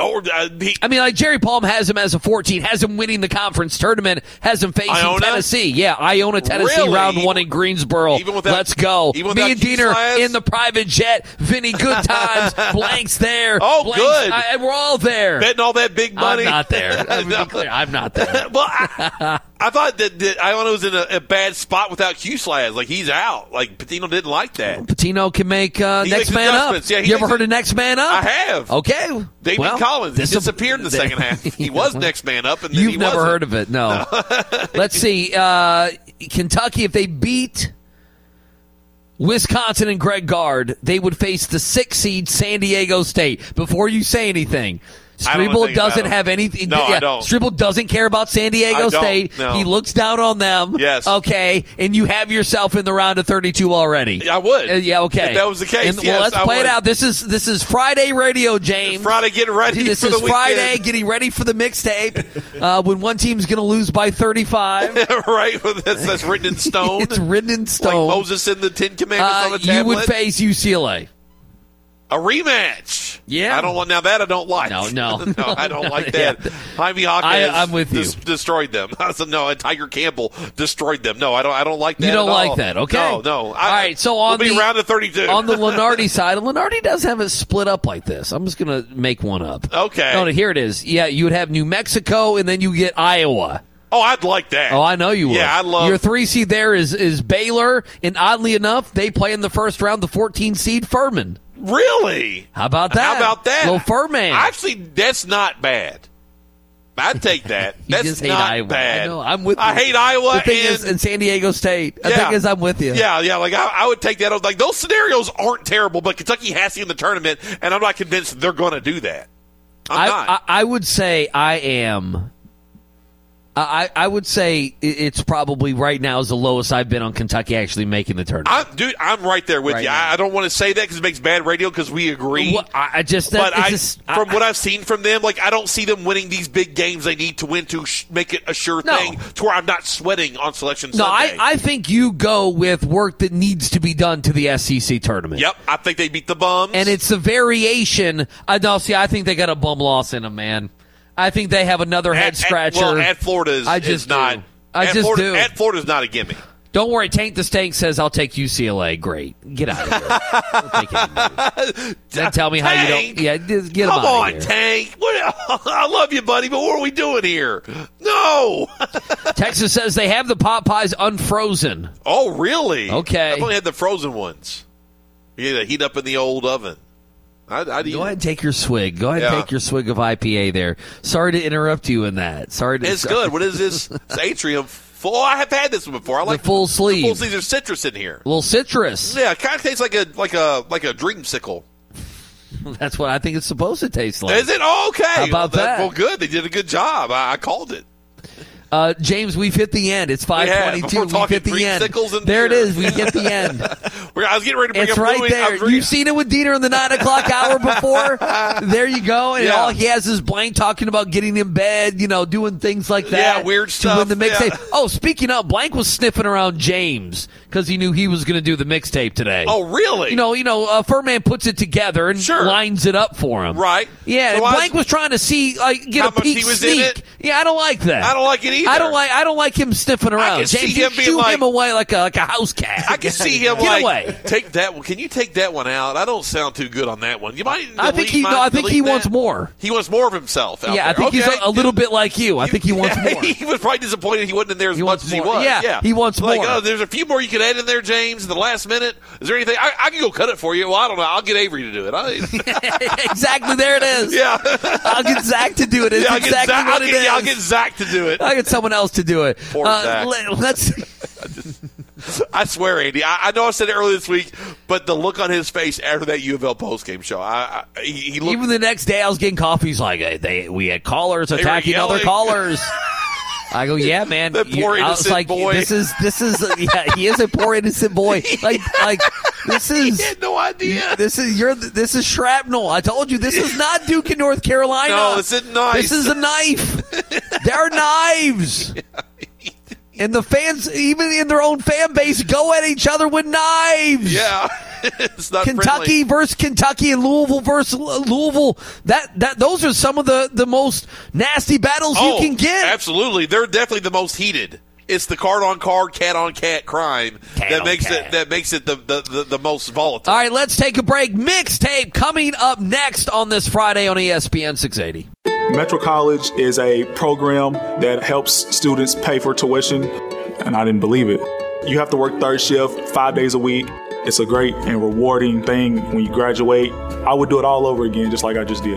Speaker 5: Or, uh, he,
Speaker 6: I mean, like Jerry Palm has him as a 14, has him winning the conference tournament, has him facing
Speaker 5: Iona?
Speaker 6: Tennessee. Yeah, Iona, Tennessee,
Speaker 5: Really?
Speaker 6: round one in Greensboro.
Speaker 5: Even without-
Speaker 6: Let's go.
Speaker 5: even
Speaker 6: Me
Speaker 5: without
Speaker 6: and Diener
Speaker 5: Keyslias?
Speaker 6: in the private jet. Vinny, good times. Blank's there.
Speaker 5: Oh,
Speaker 6: Blank's-
Speaker 5: good.
Speaker 6: I- and we're all there.
Speaker 5: betting all that big money.
Speaker 6: I'm not there. I'm,
Speaker 5: No.
Speaker 6: clear. I'm not there.
Speaker 5: well, I, I thought that, that Iona was in a, a bad spot without Q Slaz. Like he's out. Like Patino didn't like that.
Speaker 6: Patino can make uh,
Speaker 5: He
Speaker 6: next
Speaker 5: makes
Speaker 6: man up.
Speaker 5: adjustments. Yeah, he
Speaker 6: you ever
Speaker 5: makes-
Speaker 6: heard of next man up?
Speaker 5: I have.
Speaker 6: Okay.
Speaker 5: David
Speaker 6: well,
Speaker 5: Collins he
Speaker 6: this'll-
Speaker 5: disappeared in the second half. He was next man up, and then
Speaker 6: You've
Speaker 5: he
Speaker 6: never
Speaker 5: wasn't.
Speaker 6: heard of it, no. Let's see. Uh, Kentucky, if they beat Wisconsin and Greg Gard, they would face the six seed San Diego State. Before you say anything,
Speaker 5: I don't
Speaker 6: Strebel
Speaker 5: think about
Speaker 6: doesn't
Speaker 5: them.
Speaker 6: have anything.
Speaker 5: No, I don't.
Speaker 6: Strebel doesn't care about San Diego
Speaker 5: I don't,
Speaker 6: State.
Speaker 5: no.
Speaker 6: He looks down on them.
Speaker 5: Yes.
Speaker 6: Okay, and you have yourself in the round of 32 already.
Speaker 5: I would.
Speaker 6: Uh, yeah. Okay.
Speaker 5: If that was the case,
Speaker 6: And, well,
Speaker 5: yes,
Speaker 6: let's
Speaker 5: I
Speaker 6: play
Speaker 5: would.
Speaker 6: it out. This is this is Friday radio, James.
Speaker 5: Friday, get ready
Speaker 6: This
Speaker 5: for
Speaker 6: is
Speaker 5: the weekend.
Speaker 6: Friday, getting ready for the mixtape. Uh, when one team's going to lose by 35,
Speaker 5: right? Well, That's, that's written in stone.
Speaker 6: it's written in
Speaker 5: like
Speaker 6: stone.
Speaker 5: Moses in the Ten Commandments on
Speaker 6: Uh,
Speaker 5: a tablet.
Speaker 6: you would face UCLA.
Speaker 5: a rematch.
Speaker 6: Yeah.
Speaker 5: I don't want now that I don't like.
Speaker 6: No, no.
Speaker 5: no, I don't
Speaker 6: No,
Speaker 5: like
Speaker 6: yeah.
Speaker 5: that. Jaime Hawkins,
Speaker 6: I- I'm with you.
Speaker 5: destroyed them. So, no, and Tiger Campbell destroyed them. No, I don't. I don't like that.
Speaker 6: You don't
Speaker 5: at
Speaker 6: like
Speaker 5: all.
Speaker 6: that, okay?
Speaker 5: No, no. I,
Speaker 6: All right, so on
Speaker 5: we'll be
Speaker 6: the-
Speaker 5: round of thirty-two
Speaker 6: on the Lenardi side, and Lenardi does have it split up like this. I'm just going to make one up.
Speaker 5: Okay.
Speaker 6: No, no, here it is. Yeah, you would have New Mexico, and then you get Iowa.
Speaker 5: oh, I'd like that.
Speaker 6: Oh, I know you would.
Speaker 5: Yeah, I love-
Speaker 6: your three seed. There is is Baylor, and oddly enough, they play in the first round. The 14 seed Furman.
Speaker 5: Really?
Speaker 6: How about that?
Speaker 5: How about that?
Speaker 6: Little Furman.
Speaker 5: Actually, that's not bad. I'd take that. That's
Speaker 6: you just hate
Speaker 5: not
Speaker 6: Iowa.
Speaker 5: bad.
Speaker 6: I know. I'm with.
Speaker 5: I
Speaker 6: you.
Speaker 5: hate Iowa.
Speaker 6: The thing
Speaker 5: and,
Speaker 6: is, and San Diego State. The
Speaker 5: Yeah.
Speaker 6: thing is, I'm with you.
Speaker 5: Yeah, yeah. Like I, I would take that. Like those scenarios aren't terrible, but Kentucky has to in the tournament, and I'm not convinced they're going to do that. I'm
Speaker 6: I,
Speaker 5: not.
Speaker 6: I, I would say I am. I, I I would say i- it's probably right now is the lowest I've been on Kentucky actually making the tournament.
Speaker 5: I'm, dude, I'm right there with
Speaker 6: Right
Speaker 5: you.
Speaker 6: now.
Speaker 5: I, I don't want to say that because it makes bad radio because we agree.
Speaker 6: What- I I just,
Speaker 5: but
Speaker 6: it's
Speaker 5: I,
Speaker 6: just- I-
Speaker 5: from what I've seen from them, like I don't see them winning these big games they need to win to sh- make it a sure
Speaker 6: No.
Speaker 5: thing to where I'm not sweating on selection
Speaker 6: no, I,
Speaker 5: Sunday.
Speaker 6: I think you go with work that needs to be done to the SEC tournament.
Speaker 5: yep, I think they beat the bums.
Speaker 6: and it's a variation. I no, see, I think they got a bum loss in them, man. I think they have another
Speaker 5: at,
Speaker 6: head scratcher.
Speaker 5: At, well, at Florida is,
Speaker 6: I
Speaker 5: is
Speaker 6: just do.
Speaker 5: not.
Speaker 6: I
Speaker 5: at
Speaker 6: just
Speaker 5: Florida,
Speaker 6: do.
Speaker 5: At Florida's not a gimme.
Speaker 6: Don't worry, Tank the Stank says I'll take UCLA. Great, get out of here. Don't take anybody. then tell me how you
Speaker 5: Tank!
Speaker 6: don't. Yeah, just get 'em
Speaker 5: Come
Speaker 6: outta
Speaker 5: on,
Speaker 6: here.
Speaker 5: Tank. What, I love you, buddy, but what are we doing here? No.
Speaker 6: Texas says they have the Popeyes unfrozen.
Speaker 5: Oh, really?
Speaker 6: Okay.
Speaker 5: I've only had the frozen ones. Yeah, they heat up in the old oven. I, I
Speaker 6: Go ahead and take your swig. Go ahead and
Speaker 5: Yeah.
Speaker 6: take your swig of IPA there. Sorry to interrupt you in that. Sorry to.
Speaker 5: It's good. What is this? It's atrium. Full. Oh, I have had this one before. I like
Speaker 6: full
Speaker 5: The full
Speaker 6: sleeve.
Speaker 5: sleeves. There's citrus in here.
Speaker 6: A little citrus.
Speaker 5: Yeah, it kind of tastes like a like a like a dreamsicle.
Speaker 6: That's what I think it's supposed to taste like.
Speaker 5: Is it oh, okay?
Speaker 6: How about
Speaker 5: well,
Speaker 6: that?
Speaker 5: Well, good. They did a good job. I, I called it.
Speaker 6: Uh, James, we've hit the end. It's
Speaker 5: have.
Speaker 6: 522.
Speaker 5: We're
Speaker 6: We've
Speaker 5: talking
Speaker 6: hit the end.
Speaker 5: creamsicles and
Speaker 6: there
Speaker 5: beer.
Speaker 6: it is. We hit the end.
Speaker 5: We're- I was getting ready to bring
Speaker 6: it's
Speaker 5: up
Speaker 6: right
Speaker 5: brewing. I was
Speaker 6: there.
Speaker 5: bringing-
Speaker 6: You've seen it with Dieter in the 9 o'clock hour before. there you go. And
Speaker 5: Yeah.
Speaker 6: all he has is Blaine talking about getting in bed, you know, doing things like that.
Speaker 5: Yeah, weird
Speaker 6: to
Speaker 5: stuff.
Speaker 6: win the mixtape.
Speaker 5: Yeah.
Speaker 6: Oh, speaking of, Blank was sniffing around James because he knew he was going to do the mixtape today.
Speaker 5: Oh, really?
Speaker 6: You know, you know, uh, Furman puts it together and
Speaker 5: Sure.
Speaker 6: lines it up for him.
Speaker 5: Right.
Speaker 6: Yeah,
Speaker 5: So
Speaker 6: and
Speaker 5: I was-
Speaker 6: Blank was trying to see, like, get
Speaker 5: How
Speaker 6: a
Speaker 5: much
Speaker 6: peek
Speaker 5: he was in
Speaker 6: sneak.
Speaker 5: it?
Speaker 6: Yeah, I don't like that.
Speaker 5: I don't like it either.
Speaker 6: I don't like. I don't like him sniffing around.
Speaker 5: can see
Speaker 6: James,
Speaker 5: him
Speaker 6: you
Speaker 5: being
Speaker 6: shoo
Speaker 5: like-
Speaker 6: him away like a like a house cat.
Speaker 5: I can see him
Speaker 6: Get
Speaker 5: like
Speaker 6: away.
Speaker 5: take that one. Can you take that one out? I don't sound too good on that one. You might.
Speaker 6: I think
Speaker 5: delete
Speaker 6: he- no,
Speaker 5: my-
Speaker 6: I think he
Speaker 5: delete
Speaker 6: wants
Speaker 5: that.
Speaker 6: more.
Speaker 5: He wants more of himself. Out
Speaker 6: yeah, I
Speaker 5: there.
Speaker 6: think he's
Speaker 5: Okay.
Speaker 6: a, a little bit like you. I think he wants
Speaker 5: Yeah,
Speaker 6: more.
Speaker 5: He was probably disappointed he wasn't in there as
Speaker 6: He
Speaker 5: much
Speaker 6: wants
Speaker 5: as he
Speaker 6: more.
Speaker 5: was.
Speaker 6: Yeah, he wants
Speaker 5: like,
Speaker 6: more.
Speaker 5: Oh, there's a few more you could add in there, James. The last minute. Is there anything I, I can go cut it for you? Well, I don't know. I'll get Avery to do it. I,
Speaker 6: exactly. There it is.
Speaker 5: yeah,
Speaker 6: I'll get Zach to do it. It's
Speaker 5: yeah. I'll,
Speaker 6: exactly
Speaker 5: get Zach,
Speaker 6: what
Speaker 5: I'll,
Speaker 6: it
Speaker 5: get,
Speaker 6: is.
Speaker 5: yeah, I'll get Zach to do it.
Speaker 6: I'll get someone else to do it. Uh,
Speaker 5: Poor Zach.
Speaker 6: let, us
Speaker 5: I swear, Andy. I, I know I said it earlier this week, but the look on his face after that U of L postgame show, I, I he, he looked.
Speaker 6: Even the next day, I was getting coffee. He's like, hey, "They, we had callers
Speaker 5: were
Speaker 6: attacking other
Speaker 5: yelling.
Speaker 6: callers." I go, "Yeah, man."
Speaker 5: That
Speaker 6: I
Speaker 5: poor
Speaker 6: was
Speaker 5: innocent
Speaker 6: like,
Speaker 5: boy.
Speaker 6: "This is this is yeah, he is a poor innocent boy. Like like this is."
Speaker 5: he had no idea.
Speaker 6: This is you're. This is shrapnel. I told you this is not Duke in North Carolina.
Speaker 5: No, this isn't nice.
Speaker 6: This is a knife. they are knives. And the fans, even in their own fan base, go at each other with knives.
Speaker 5: Yeah, it's not
Speaker 6: Kentucky
Speaker 5: friendly.
Speaker 6: versus Kentucky and Louisville versus L- Louisville. That that those are some of the the most nasty battles
Speaker 5: Oh,
Speaker 6: you can get.
Speaker 5: Absolutely, they're definitely the most heated. It's the card on card, cat on cat crime that
Speaker 6: on
Speaker 5: makes
Speaker 6: cat.
Speaker 5: it that makes it the the, the, the most volatile.
Speaker 6: All right, let's take a break. Mixtape coming up next on this Friday on E ESPN 680.
Speaker 7: Metro College is a program that helps students pay for tuition, and I didn't believe it. You have to work third shift five days a week. It's a great and rewarding thing when you graduate. I would do it all over again, just like I just did.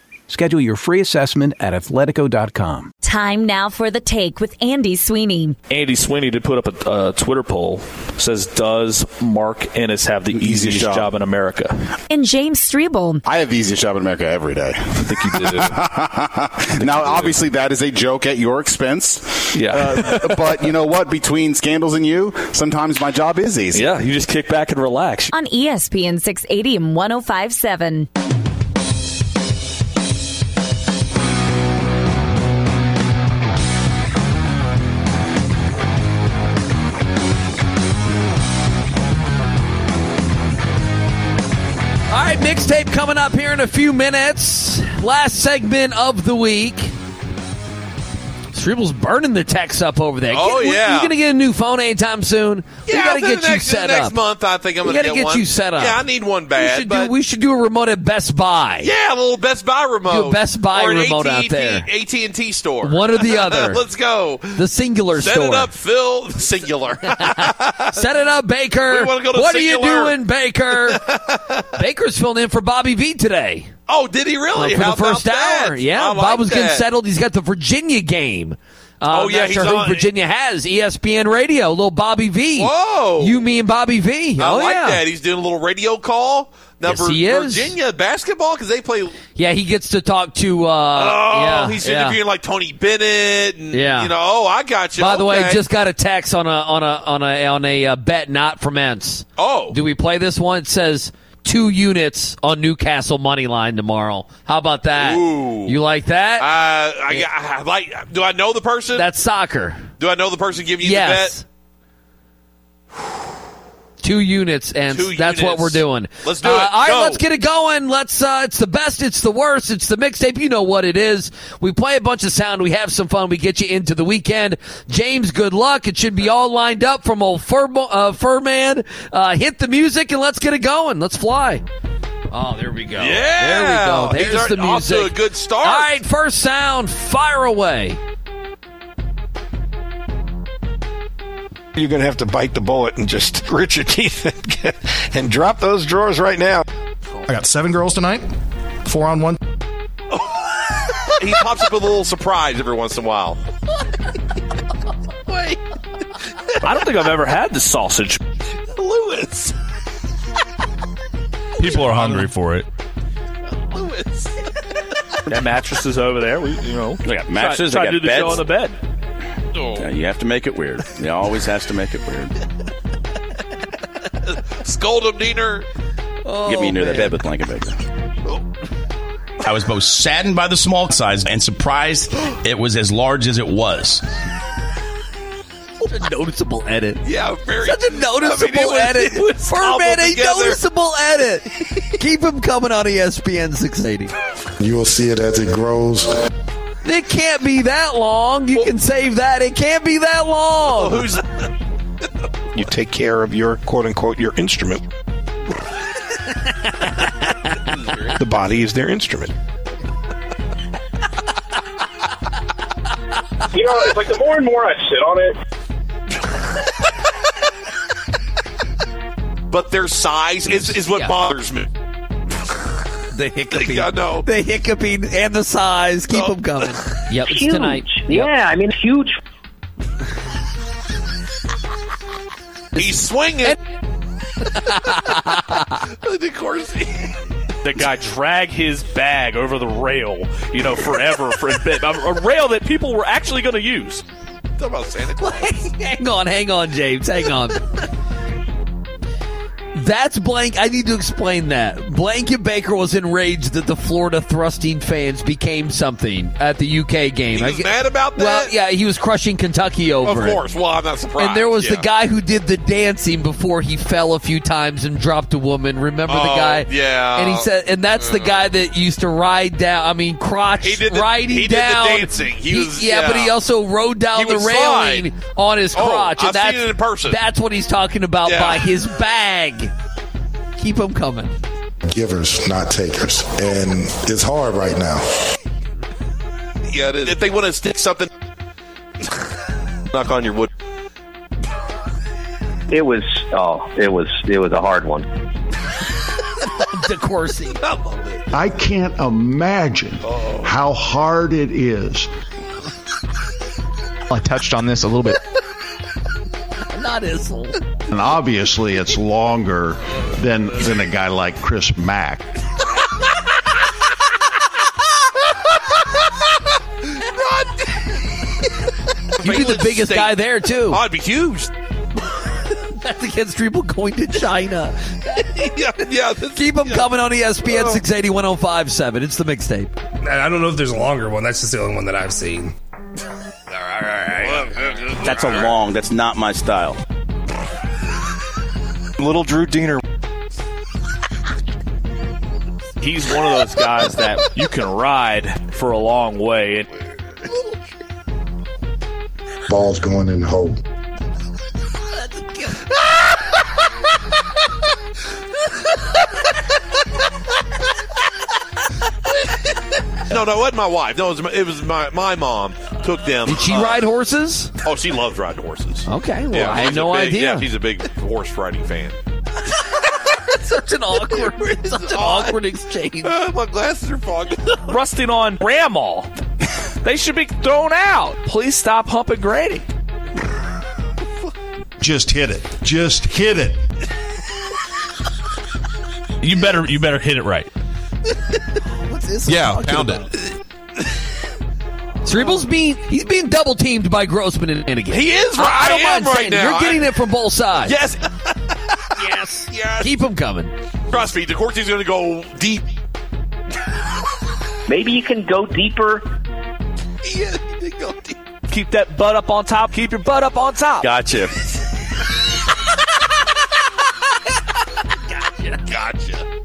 Speaker 8: Schedule your free assessment at athletico.com.
Speaker 2: Time now for the take with Andy Sweeney.
Speaker 9: Andy Sweeney did put up a, a Twitter poll says, "Does Mark Ennis have the, easiest, job. in America?"
Speaker 2: And James Strebel.
Speaker 10: I have the easiest job in America every day. I think
Speaker 9: you
Speaker 10: did. now, obviously, that is a joke at your expense.
Speaker 9: Yeah.
Speaker 10: Uh, but you know what? Between scandals and you, sometimes my job is easy.
Speaker 9: Yeah, you just kick back and relax.
Speaker 2: On
Speaker 1: E
Speaker 2: ESPN 680 and 1057.
Speaker 6: All right, mixtape coming up here in a few minutes. Last segment of the week. Scribble's burning the text up over there.
Speaker 5: Oh,
Speaker 6: Get-
Speaker 5: yeah.
Speaker 6: You gonna get a new phone anytime soon? we gotta
Speaker 5: within
Speaker 6: get
Speaker 5: the
Speaker 6: you
Speaker 5: next,
Speaker 6: set
Speaker 5: the next
Speaker 6: up.
Speaker 5: month, I think I'm
Speaker 6: we
Speaker 5: going to
Speaker 6: gotta
Speaker 5: get,
Speaker 6: get
Speaker 5: one.
Speaker 6: you set up.
Speaker 5: Yeah, I need one
Speaker 6: We
Speaker 5: bad.
Speaker 6: should,
Speaker 5: but
Speaker 6: do, we should do a remote at Best Buy.
Speaker 5: yeah, a little Best Buy remote.
Speaker 6: Do a Best Buy
Speaker 5: or an
Speaker 6: remote
Speaker 5: AT&T,
Speaker 6: out there.
Speaker 5: AT&T store.
Speaker 6: One or the other.
Speaker 5: Let's go.
Speaker 6: The singular
Speaker 5: Set
Speaker 6: store.
Speaker 5: it up, Phil. Singular.
Speaker 6: Set it up, Baker.
Speaker 5: We wanna go to
Speaker 6: what
Speaker 5: Singular.
Speaker 6: are you doing, Baker? Baker's filling in for Bobby V today.
Speaker 5: oh, did he really?
Speaker 6: Uh, for
Speaker 5: How
Speaker 6: the first
Speaker 5: about that?
Speaker 6: hour. Yeah,
Speaker 5: I like
Speaker 6: Bob was getting
Speaker 5: that.
Speaker 6: settled. He's got the Virginia game. Uh,
Speaker 5: Oh, yeah,
Speaker 6: not
Speaker 5: he's
Speaker 6: sure who
Speaker 5: on-
Speaker 6: Virginia has E ESPN Radio, little Bobby V.
Speaker 5: Whoa,
Speaker 6: you, me, and Bobby V.
Speaker 5: I
Speaker 6: oh
Speaker 5: like
Speaker 6: yeah,
Speaker 5: that. He's doing a little radio call. Now,
Speaker 6: Yes,
Speaker 5: Vir-
Speaker 6: he is.
Speaker 5: Virginia basketball because they play.
Speaker 6: yeah. He gets to talk to. Uh,
Speaker 5: Oh,
Speaker 6: yeah,
Speaker 5: he's
Speaker 6: yeah.
Speaker 5: interviewing like Tony Bennett. And,
Speaker 6: Yeah.
Speaker 5: you know. Oh, I got you.
Speaker 6: By the way,
Speaker 5: Okay.
Speaker 6: just got a text on a on a on a on a uh, bet not from Ents.
Speaker 5: Oh,
Speaker 6: do we play this one? It says two units on Newcastle money line tomorrow. How about that?
Speaker 5: Ooh.
Speaker 6: You like that?
Speaker 5: Uh, I, I- I like. Do I know the person?
Speaker 6: That's soccer.
Speaker 5: Do I know the person giving you
Speaker 6: Yes.
Speaker 5: the
Speaker 6: Two units, and
Speaker 5: Two
Speaker 6: that's what
Speaker 5: units.
Speaker 6: we're doing.
Speaker 5: Let's do
Speaker 6: Uh,
Speaker 5: it.
Speaker 6: all right,
Speaker 5: Go.
Speaker 6: let's get it going. Let's. Uh, it's the best. It's the worst. It's the mixtape. You know what it is. We play a bunch of sound. We have some fun. We get you into the weekend. James, good luck. It should be all lined up from old Fur uh, Furman. Uh, hit the music and let's get it going. Let's fly. Oh, there we go.
Speaker 5: bet? Yeah.
Speaker 6: There we go. There's
Speaker 5: He's
Speaker 6: the
Speaker 5: already off
Speaker 6: music.
Speaker 5: to a good start.
Speaker 6: All right, first sound. Fire away.
Speaker 11: You're going to have to bite the bullet and just grit your teeth and, get, and drop those drawers right now. I got seven girls tonight, four on one.
Speaker 5: he pops up with a little surprise every once in a while.
Speaker 6: Wait.
Speaker 9: I don't think I've ever had the sausage.
Speaker 5: Lewis.
Speaker 12: People are hungry for it.
Speaker 5: Lewis.
Speaker 9: That mattress is over there. We, you know,
Speaker 13: They got mattresses,
Speaker 9: Try, try
Speaker 13: they got
Speaker 9: to do the show
Speaker 13: beds.
Speaker 9: on the bed.
Speaker 13: Yeah, you have to make it weird. You always has to make it weird.
Speaker 5: Scold him, Diener.
Speaker 6: Oh,
Speaker 13: Get
Speaker 5: Oh,
Speaker 13: me near that bed with blanket Baker.
Speaker 12: I was both saddened by the small size and surprised it was as large as it was.
Speaker 6: A noticeable edit.
Speaker 5: Yeah, very.
Speaker 6: Such a noticeable
Speaker 5: I mean, it was-
Speaker 6: edit.
Speaker 5: it was
Speaker 6: Furman,
Speaker 5: cobbled
Speaker 6: a
Speaker 5: together.
Speaker 6: noticeable edit. Keep him coming on E ESPN 680.
Speaker 14: You will see it as it grows.
Speaker 6: It can't be that long. You can save that. It can't be that
Speaker 15: Oh,
Speaker 6: long.
Speaker 5: who's
Speaker 11: You take care of your quote unquote your instrument. the body is their instrument.
Speaker 16: You know, it's like the more and more I sit on it,
Speaker 5: But their size is, is what
Speaker 6: Yeah.
Speaker 5: bothers me.
Speaker 6: The hiccuping.
Speaker 5: I know.
Speaker 6: The hiccuping and the size. Keep
Speaker 5: Oh.
Speaker 6: him coming. Yep, it's
Speaker 16: huge.
Speaker 6: tonight.
Speaker 16: Yeah, I mean, huge.
Speaker 5: He's swinging. of course.
Speaker 9: That guy dragged his bag over the rail, you know, forever for a bit. A rail that people were actually going to use.
Speaker 5: Talk about Santa Claus.
Speaker 6: hang on, hang on, James. Hang on. That's blank. I need to explain that. Blanket Baker was enraged that the Florida thrusting fans became something at the UK game.
Speaker 5: He was
Speaker 6: I-
Speaker 5: mad about that?
Speaker 6: Well, yeah, he was crushing Kentucky over.
Speaker 5: Of
Speaker 6: it.
Speaker 5: course. Well, I'm not surprised.
Speaker 6: And there was the
Speaker 5: Yeah.
Speaker 6: guy who did the dancing before he fell a few times and dropped a woman. Remember the
Speaker 5: Oh,
Speaker 6: guy?
Speaker 5: yeah.
Speaker 6: And he said, and that's the guy that used to ride down. I mean, crotch
Speaker 5: He did the-
Speaker 6: riding
Speaker 5: he did the
Speaker 6: down.
Speaker 5: dancing. He was-
Speaker 6: yeah, but
Speaker 5: yeah.
Speaker 6: he also rode down
Speaker 5: He
Speaker 6: the
Speaker 5: would
Speaker 6: railing
Speaker 5: slide.
Speaker 6: on his
Speaker 5: Oh,
Speaker 6: crotch. and
Speaker 5: I've
Speaker 6: that's,
Speaker 5: seen it in person.
Speaker 6: That's what he's talking about
Speaker 5: Yeah.
Speaker 6: by his bag. Keep him coming.
Speaker 10: Givers, not takers. And it's hard right now.
Speaker 5: Yeah, it is. if they want to stick something, knock on your wood.
Speaker 17: It was oh, it was it was a hard one.
Speaker 6: DeCourcy.
Speaker 18: I can't imagine how hard it is. I touched on this a little bit,
Speaker 6: Not Issel.
Speaker 18: and obviously it's longer than than a guy like Chris Mack.
Speaker 6: You'd be the biggest guy there too.
Speaker 5: I'd be huge.
Speaker 6: That's against people going to China.
Speaker 5: yeah, yeah. Oh.
Speaker 6: Keep them coming on E ESPN 680 1057. It's the mixtape.
Speaker 9: I don't know if there's a longer one. That's just the only one that I've seen.
Speaker 13: That's a long. That's not my style.
Speaker 9: Little Drew Diener. He's one of those guys that you can ride for a long way.
Speaker 10: Ball's going in the hole.
Speaker 5: No, no, it wasn't my wife. No, it was my, it was my, my mom took them. Did
Speaker 6: she ride horses?
Speaker 5: Oh, she loves riding horses.
Speaker 6: Okay, well, I
Speaker 5: she's
Speaker 6: had no
Speaker 5: a big-
Speaker 6: idea.
Speaker 5: Yeah, she's a big horse riding fan.
Speaker 6: such an awkward, such an awkward exchange.
Speaker 5: Uh, my glasses are fogged.
Speaker 9: Rusting on grandma. They should be thrown out. Please stop humping Granny.
Speaker 18: Just hit it. Just hit it.
Speaker 19: You better you better hit it right.
Speaker 6: What's this?
Speaker 19: it.
Speaker 6: Cerebral's being he's being double teamed by Grossman and Hannigan.
Speaker 5: He is
Speaker 6: I- I,
Speaker 5: right-
Speaker 6: don't
Speaker 5: I am
Speaker 6: mind
Speaker 5: right
Speaker 6: saying it.
Speaker 5: now.
Speaker 6: you're getting it from both sides.
Speaker 5: Yes. yes. Yes.
Speaker 6: Keep them coming.
Speaker 5: Trust me, DeCourcy's going to go deep.
Speaker 9: Maybe you can go deeper.
Speaker 5: Yeah, they go deep.
Speaker 9: Keep that butt up on top. Keep your butt up on top.
Speaker 13: Gotcha.
Speaker 5: Gotcha.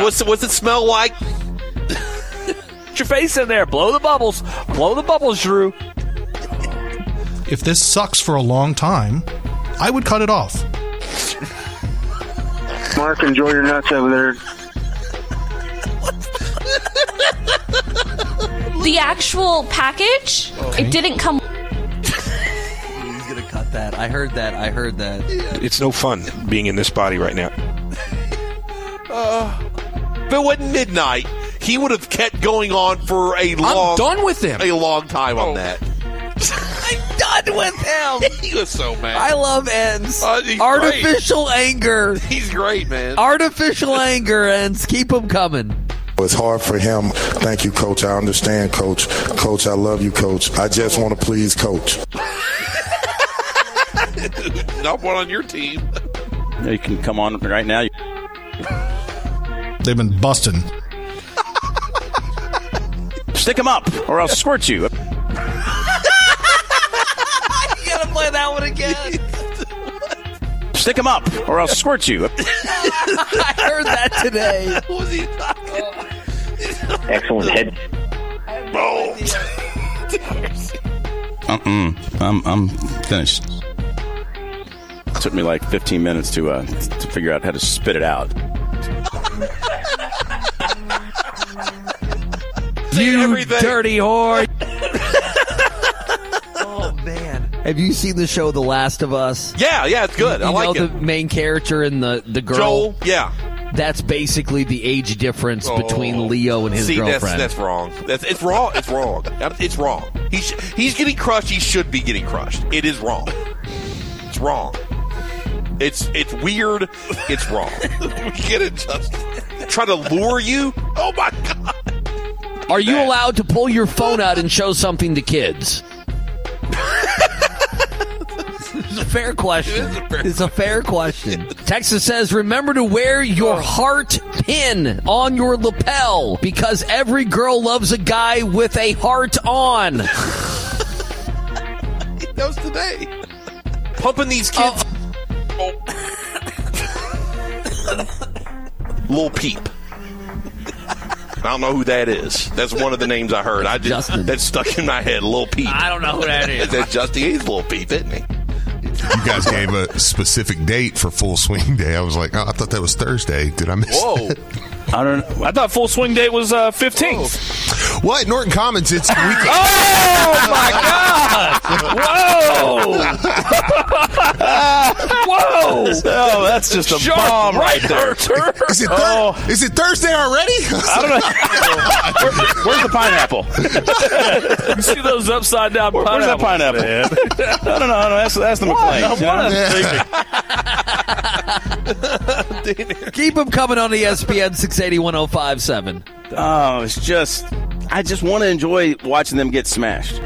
Speaker 5: What's, what's it smell like?
Speaker 9: Get your face in there. Blow the bubbles. Blow the bubbles, Drew.
Speaker 11: If this sucks for a long time, I would cut it off.
Speaker 20: Mark, enjoy your nuts over there.
Speaker 21: The actual package, it didn't come.
Speaker 6: He's gonna cut that. I heard that. I heard that.
Speaker 11: It's no fun being in this body right now.
Speaker 5: Uh, if it wasn't midnight, he would have kept going on for a long.
Speaker 6: done with him.
Speaker 5: A long time on that.
Speaker 6: Oh. Done with him.
Speaker 5: He was so mad.
Speaker 6: I love ends.
Speaker 5: Uh, he's
Speaker 6: Artificial
Speaker 5: great.
Speaker 6: anger.
Speaker 5: He's great, man.
Speaker 6: Artificial anger ends. Keep them coming.
Speaker 10: It's hard for him. Thank you, coach. I understand, coach. Coach, I love you, coach. I just want to please, coach.
Speaker 5: Not one on your team.
Speaker 13: You can come on right now.
Speaker 11: They've been busting.
Speaker 13: Stick them up, or I'll squirt you.
Speaker 6: you gotta play that one again.
Speaker 13: Stick them up, or I'll squirt you.
Speaker 6: I heard that today.
Speaker 5: What was he talking?
Speaker 13: Excellent head.
Speaker 5: Bro.
Speaker 13: Uh-uh. I'm I'm finished. took me like 15 minutes to uh, to figure out how to spit it out.
Speaker 6: You
Speaker 5: everything.
Speaker 6: dirty whore. oh man. Have you seen the show The Last of Us?
Speaker 5: Yeah, yeah, it's good.
Speaker 6: You,
Speaker 5: I
Speaker 6: you
Speaker 5: like
Speaker 6: know
Speaker 5: it.
Speaker 6: the main character and the the girl.
Speaker 5: Joel, yeah. Oh.
Speaker 6: That's basically the age difference between Leo Oh, and his
Speaker 5: See,
Speaker 6: girlfriend.
Speaker 5: That's, that's wrong. That's it's wrong. It's wrong. Um, It's wrong. He sh- he's getting crushed. He should be getting crushed. It is wrong. It's wrong. It's it's weird. It's wrong. Get it? Just try to lure you. Oh my god!
Speaker 6: Are you allowed to pull your phone out and show something to kids? it's a fair question. It's a fair question. Texas says, remember to wear your heart pin on your lapel because every girl loves a guy with a heart on.
Speaker 5: That was today. Oh. Pumping these kids. Lil Peep. I don't know who that is. That's one of the names I heard. I just that stuck in my head. Lil Peep. I
Speaker 6: don't know who that is.
Speaker 5: That's Justin. He's Lil Peep, isn't he?
Speaker 14: You guys gave a specific date for Full Swing Day. I was like, oh, I thought that was Thursday. Did I miss
Speaker 15: Whoa.
Speaker 14: that?
Speaker 15: I don't. I thought full swing date was uh, 15th.
Speaker 14: What? Norton Commons, it's weekend.
Speaker 15: oh, my God. Whoa. Whoa.
Speaker 14: Oh, that's just a
Speaker 15: Sharp bomb right right there. there.
Speaker 14: Is it, Thur-
Speaker 15: Oh.
Speaker 14: is it Thursday already?
Speaker 15: I
Speaker 14: don't know.
Speaker 15: Where's the pineapple? you see those upside down
Speaker 14: Where- where's that
Speaker 15: pineapples? pineapple?
Speaker 14: I don't know. That's, that's the McLean.
Speaker 6: Keep them coming on E ESPN 680-1057.
Speaker 13: Oh, it's just I just want to enjoy watching them get smashed.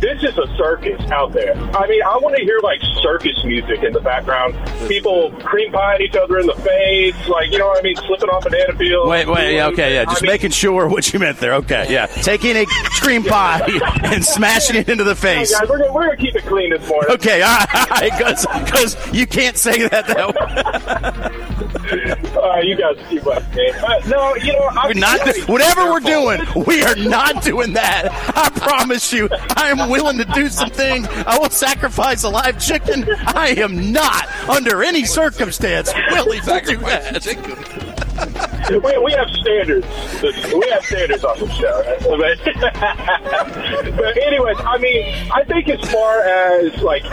Speaker 22: This is a circus out there. I mean, I want to hear like circus music in the background. People cream pieing each other in the face, like you know what I mean, slipping off banana peels.
Speaker 13: Wait, wait, yeah, okay, yeah. Just
Speaker 22: I mean,
Speaker 13: making sure what you meant there. Okay, yeah. Taking a cream pie and smashing it into the face.
Speaker 22: Hey, guys, we're gonna, we're gonna keep it clean this morning.
Speaker 13: Okay, all right, because you can't say that that way.
Speaker 22: All right, you guys keep up. man. Uh, no, you know, I'm
Speaker 13: We're not
Speaker 22: sorry.
Speaker 13: do- whatever we're doing, we are not doing that. I promise you. I am willing to do some things. I will sacrifice a live chicken. I am not under any circumstance willing to do that.
Speaker 22: we, we have standards. We have standards on the show. right? But, but anyways, I mean, I think as far as like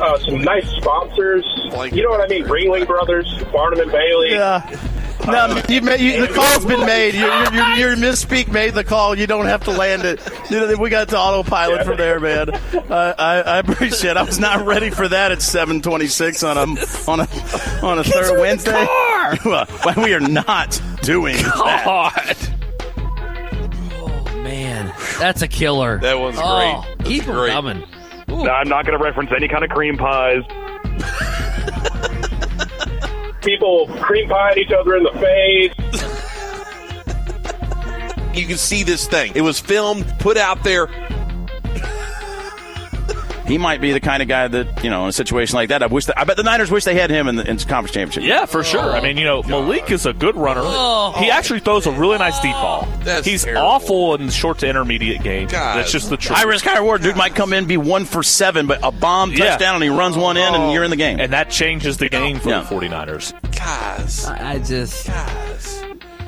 Speaker 22: uh, some nice sponsors, you know what I mean? Ringling Brothers, Barnum and Bailey. Uh,
Speaker 13: Yeah. No, you, ma- you, the call's been made. Your, your, your, your misspeak made the call. You don't have to land it. You know, we got to autopilot from there, man. Uh, I, I appreciate. it. I was not ready for that at seven twenty six on a on a on a third Wednesday. Well, we are not doing that.
Speaker 6: Man, that's a killer.
Speaker 5: That one's
Speaker 6: Oh,
Speaker 5: great.
Speaker 6: Keep
Speaker 5: That's
Speaker 6: 'em
Speaker 5: great.
Speaker 6: coming.
Speaker 22: No, I'm not going to reference any kind of cream pies. People cream pieing each other in the face.
Speaker 5: You can see this thing. It was filmed, put out there.
Speaker 13: He might be the kind of guy that you know in a situation like that. I wish. That, I bet the Niners wish they had him in the in conference championship.
Speaker 9: Yeah, for sure. I mean, you know, Malik is a good runner. Oh. he actually throws a really nice deep ball.
Speaker 15: Oh,
Speaker 5: That's
Speaker 9: He's
Speaker 5: terrible.
Speaker 9: awful in the short to intermediate game. That's just the truth.
Speaker 13: High risk, high reward. Dude might come in be one for seven, but a bomb
Speaker 9: Yeah.
Speaker 13: touchdown and he runs one in, and you're in the game.
Speaker 9: And that changes the game for
Speaker 13: Yeah.
Speaker 9: the 49ers.
Speaker 5: Guys,
Speaker 6: I, I just.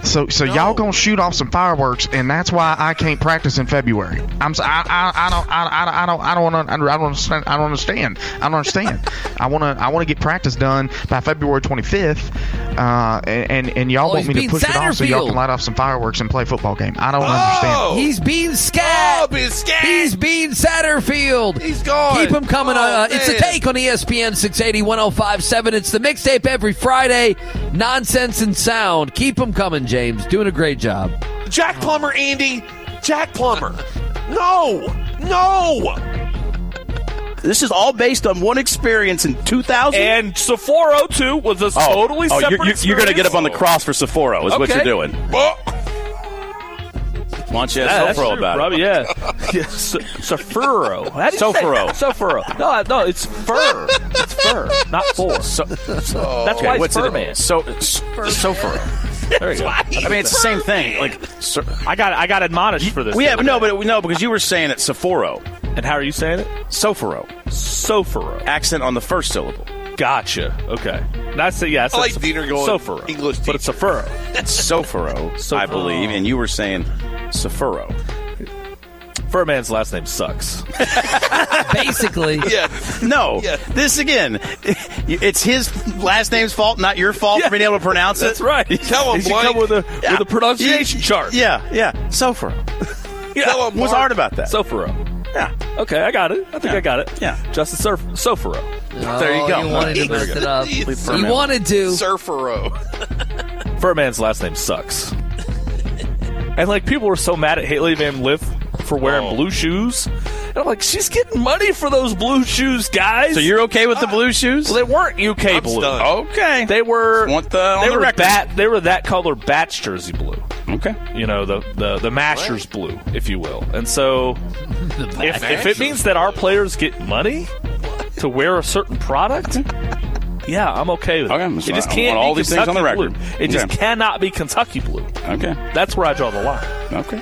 Speaker 23: So, so y'all gonna shoot off some fireworks, and that's why I can't practice in February. I'm, s- I, I- I don't, I, I, I don't, I don't, wanna- I don't understand. I don't understand. I don't understand. I wanna, I wanna get practice done by February 25th, uh, and and, and y'all
Speaker 6: Oh,
Speaker 23: want
Speaker 6: he's
Speaker 23: me to
Speaker 6: being
Speaker 23: push it off so y'all can
Speaker 6: Satterfield.
Speaker 23: light off some fireworks and play football game. I don't understand.
Speaker 5: Oh.
Speaker 6: He's being scat. He's being Satterfield. He's
Speaker 5: gone. Oh,
Speaker 6: Keep him coming. uh, it's a
Speaker 5: man.
Speaker 6: take on ESPN 680 1057. It's the mixtape every Friday. Nonsense and sound. Keep him coming, James. Doing a great job.
Speaker 5: Jack Plumber, Andy. Jack Plumber. No, no.
Speaker 13: This is all based on one experience in 2000.
Speaker 9: And Sephora, too, was a totally
Speaker 13: oh,
Speaker 9: separate
Speaker 13: you're, you're, you're going to get up on the cross for Sephora, is what
Speaker 9: Okay.
Speaker 13: you're doing. Why don't you
Speaker 9: Yeah,
Speaker 13: ask
Speaker 9: that's
Speaker 13: Sephora
Speaker 9: true,
Speaker 13: about
Speaker 9: probably,
Speaker 13: it?
Speaker 9: Yeah. yeah. Se- Sefuro. How do you say
Speaker 13: Sofuro.
Speaker 9: that? Sofuro. No, I- no, it's fur. It's fur, not four. that's
Speaker 13: Okay,
Speaker 9: why it's
Speaker 13: what's
Speaker 9: fur
Speaker 13: it?
Speaker 9: man.
Speaker 13: So, s- Sephora. There you go. I mean, it's the same thing. Like, sir,
Speaker 9: I got I got admonished for this.
Speaker 13: we
Speaker 9: the
Speaker 13: have
Speaker 9: other
Speaker 13: no,
Speaker 9: day.
Speaker 13: but no, because you were saying it Sephora,
Speaker 9: And how are you saying it?
Speaker 13: Sophoro,
Speaker 9: Sophoro.
Speaker 13: Accent on the first syllable.
Speaker 9: Gotcha. Okay. That's a yes.
Speaker 5: I like Diener going
Speaker 9: Sophoro.
Speaker 5: English
Speaker 9: but it's Sophoro.
Speaker 13: Sophoro, I believe, and you were saying Sephora.
Speaker 9: Furman's last name sucks.
Speaker 6: Basically.
Speaker 5: Yeah.
Speaker 13: No. This again, it's his last name's fault, not your fault for being able to pronounce it.
Speaker 9: That's right.
Speaker 13: Tell him,
Speaker 9: You should
Speaker 13: Blake.
Speaker 9: come with a
Speaker 13: Yeah.
Speaker 9: with a pronunciation chart.
Speaker 13: Yeah, yeah. Sophoro.
Speaker 9: Yeah.
Speaker 13: What's hard about that?
Speaker 9: Sophoro. Yeah. Okay, I got it. I think I got it. Yeah. Justin Surf Sophoro.
Speaker 13: There you go.
Speaker 6: Oh, You wanted to
Speaker 9: There
Speaker 6: mess
Speaker 9: we go.
Speaker 6: it up.
Speaker 9: Leave
Speaker 6: You
Speaker 9: Furman.
Speaker 6: wanted to.
Speaker 5: Surfero.
Speaker 9: Furman's last name sucks.
Speaker 13: Oh.
Speaker 9: and like people were so mad at Haley Van Lith for wearing blue shoes,
Speaker 22: And I'm like, she's getting money for those blue shoes, guys.
Speaker 13: So you're okay with the blue shoes?
Speaker 22: Well, they weren't UK blue.
Speaker 13: Okay.
Speaker 22: They were.
Speaker 13: Want the, on
Speaker 22: they
Speaker 13: the
Speaker 22: were
Speaker 13: record.
Speaker 22: that. They were that color batch jersey blue.
Speaker 13: Okay.
Speaker 22: You know the the, the Masters blue, if you will. And so, if, if it Masters means that our players get money to wear a certain product. Yeah, I'm okay with it.
Speaker 13: so
Speaker 22: it just
Speaker 13: I
Speaker 22: can't
Speaker 13: want all
Speaker 22: be
Speaker 13: these things on the
Speaker 22: Kentucky
Speaker 13: record.
Speaker 22: Blue. It just
Speaker 13: Okay.
Speaker 22: cannot be Kentucky blue.
Speaker 13: Okay.
Speaker 22: That's where I draw the line.
Speaker 13: Okay.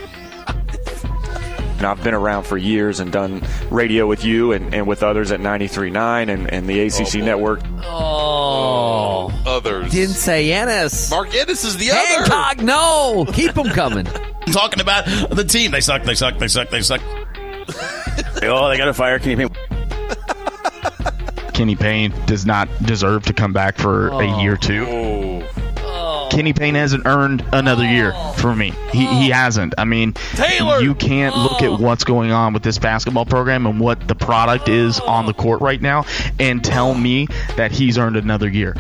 Speaker 24: And I've been around for years and done radio with you and, and with others at 93.9 and, and the ACC network.
Speaker 6: Oh.
Speaker 5: Others.
Speaker 6: Didn't say Ennis.
Speaker 5: Mark Ennis is the
Speaker 6: other. Hancock, no. Keep him coming.
Speaker 25: Talking about the team. They suck, they suck, they suck, they suck.
Speaker 13: oh, they got to fire Kenny Payne.
Speaker 23: Kenny Payne does not deserve to come back for a year or two. Kenny Payne hasn't earned another year for me. He, he hasn't. I mean, you can't look at what's going on with this basketball program and what the product is on the court right now and tell me that he's earned another year.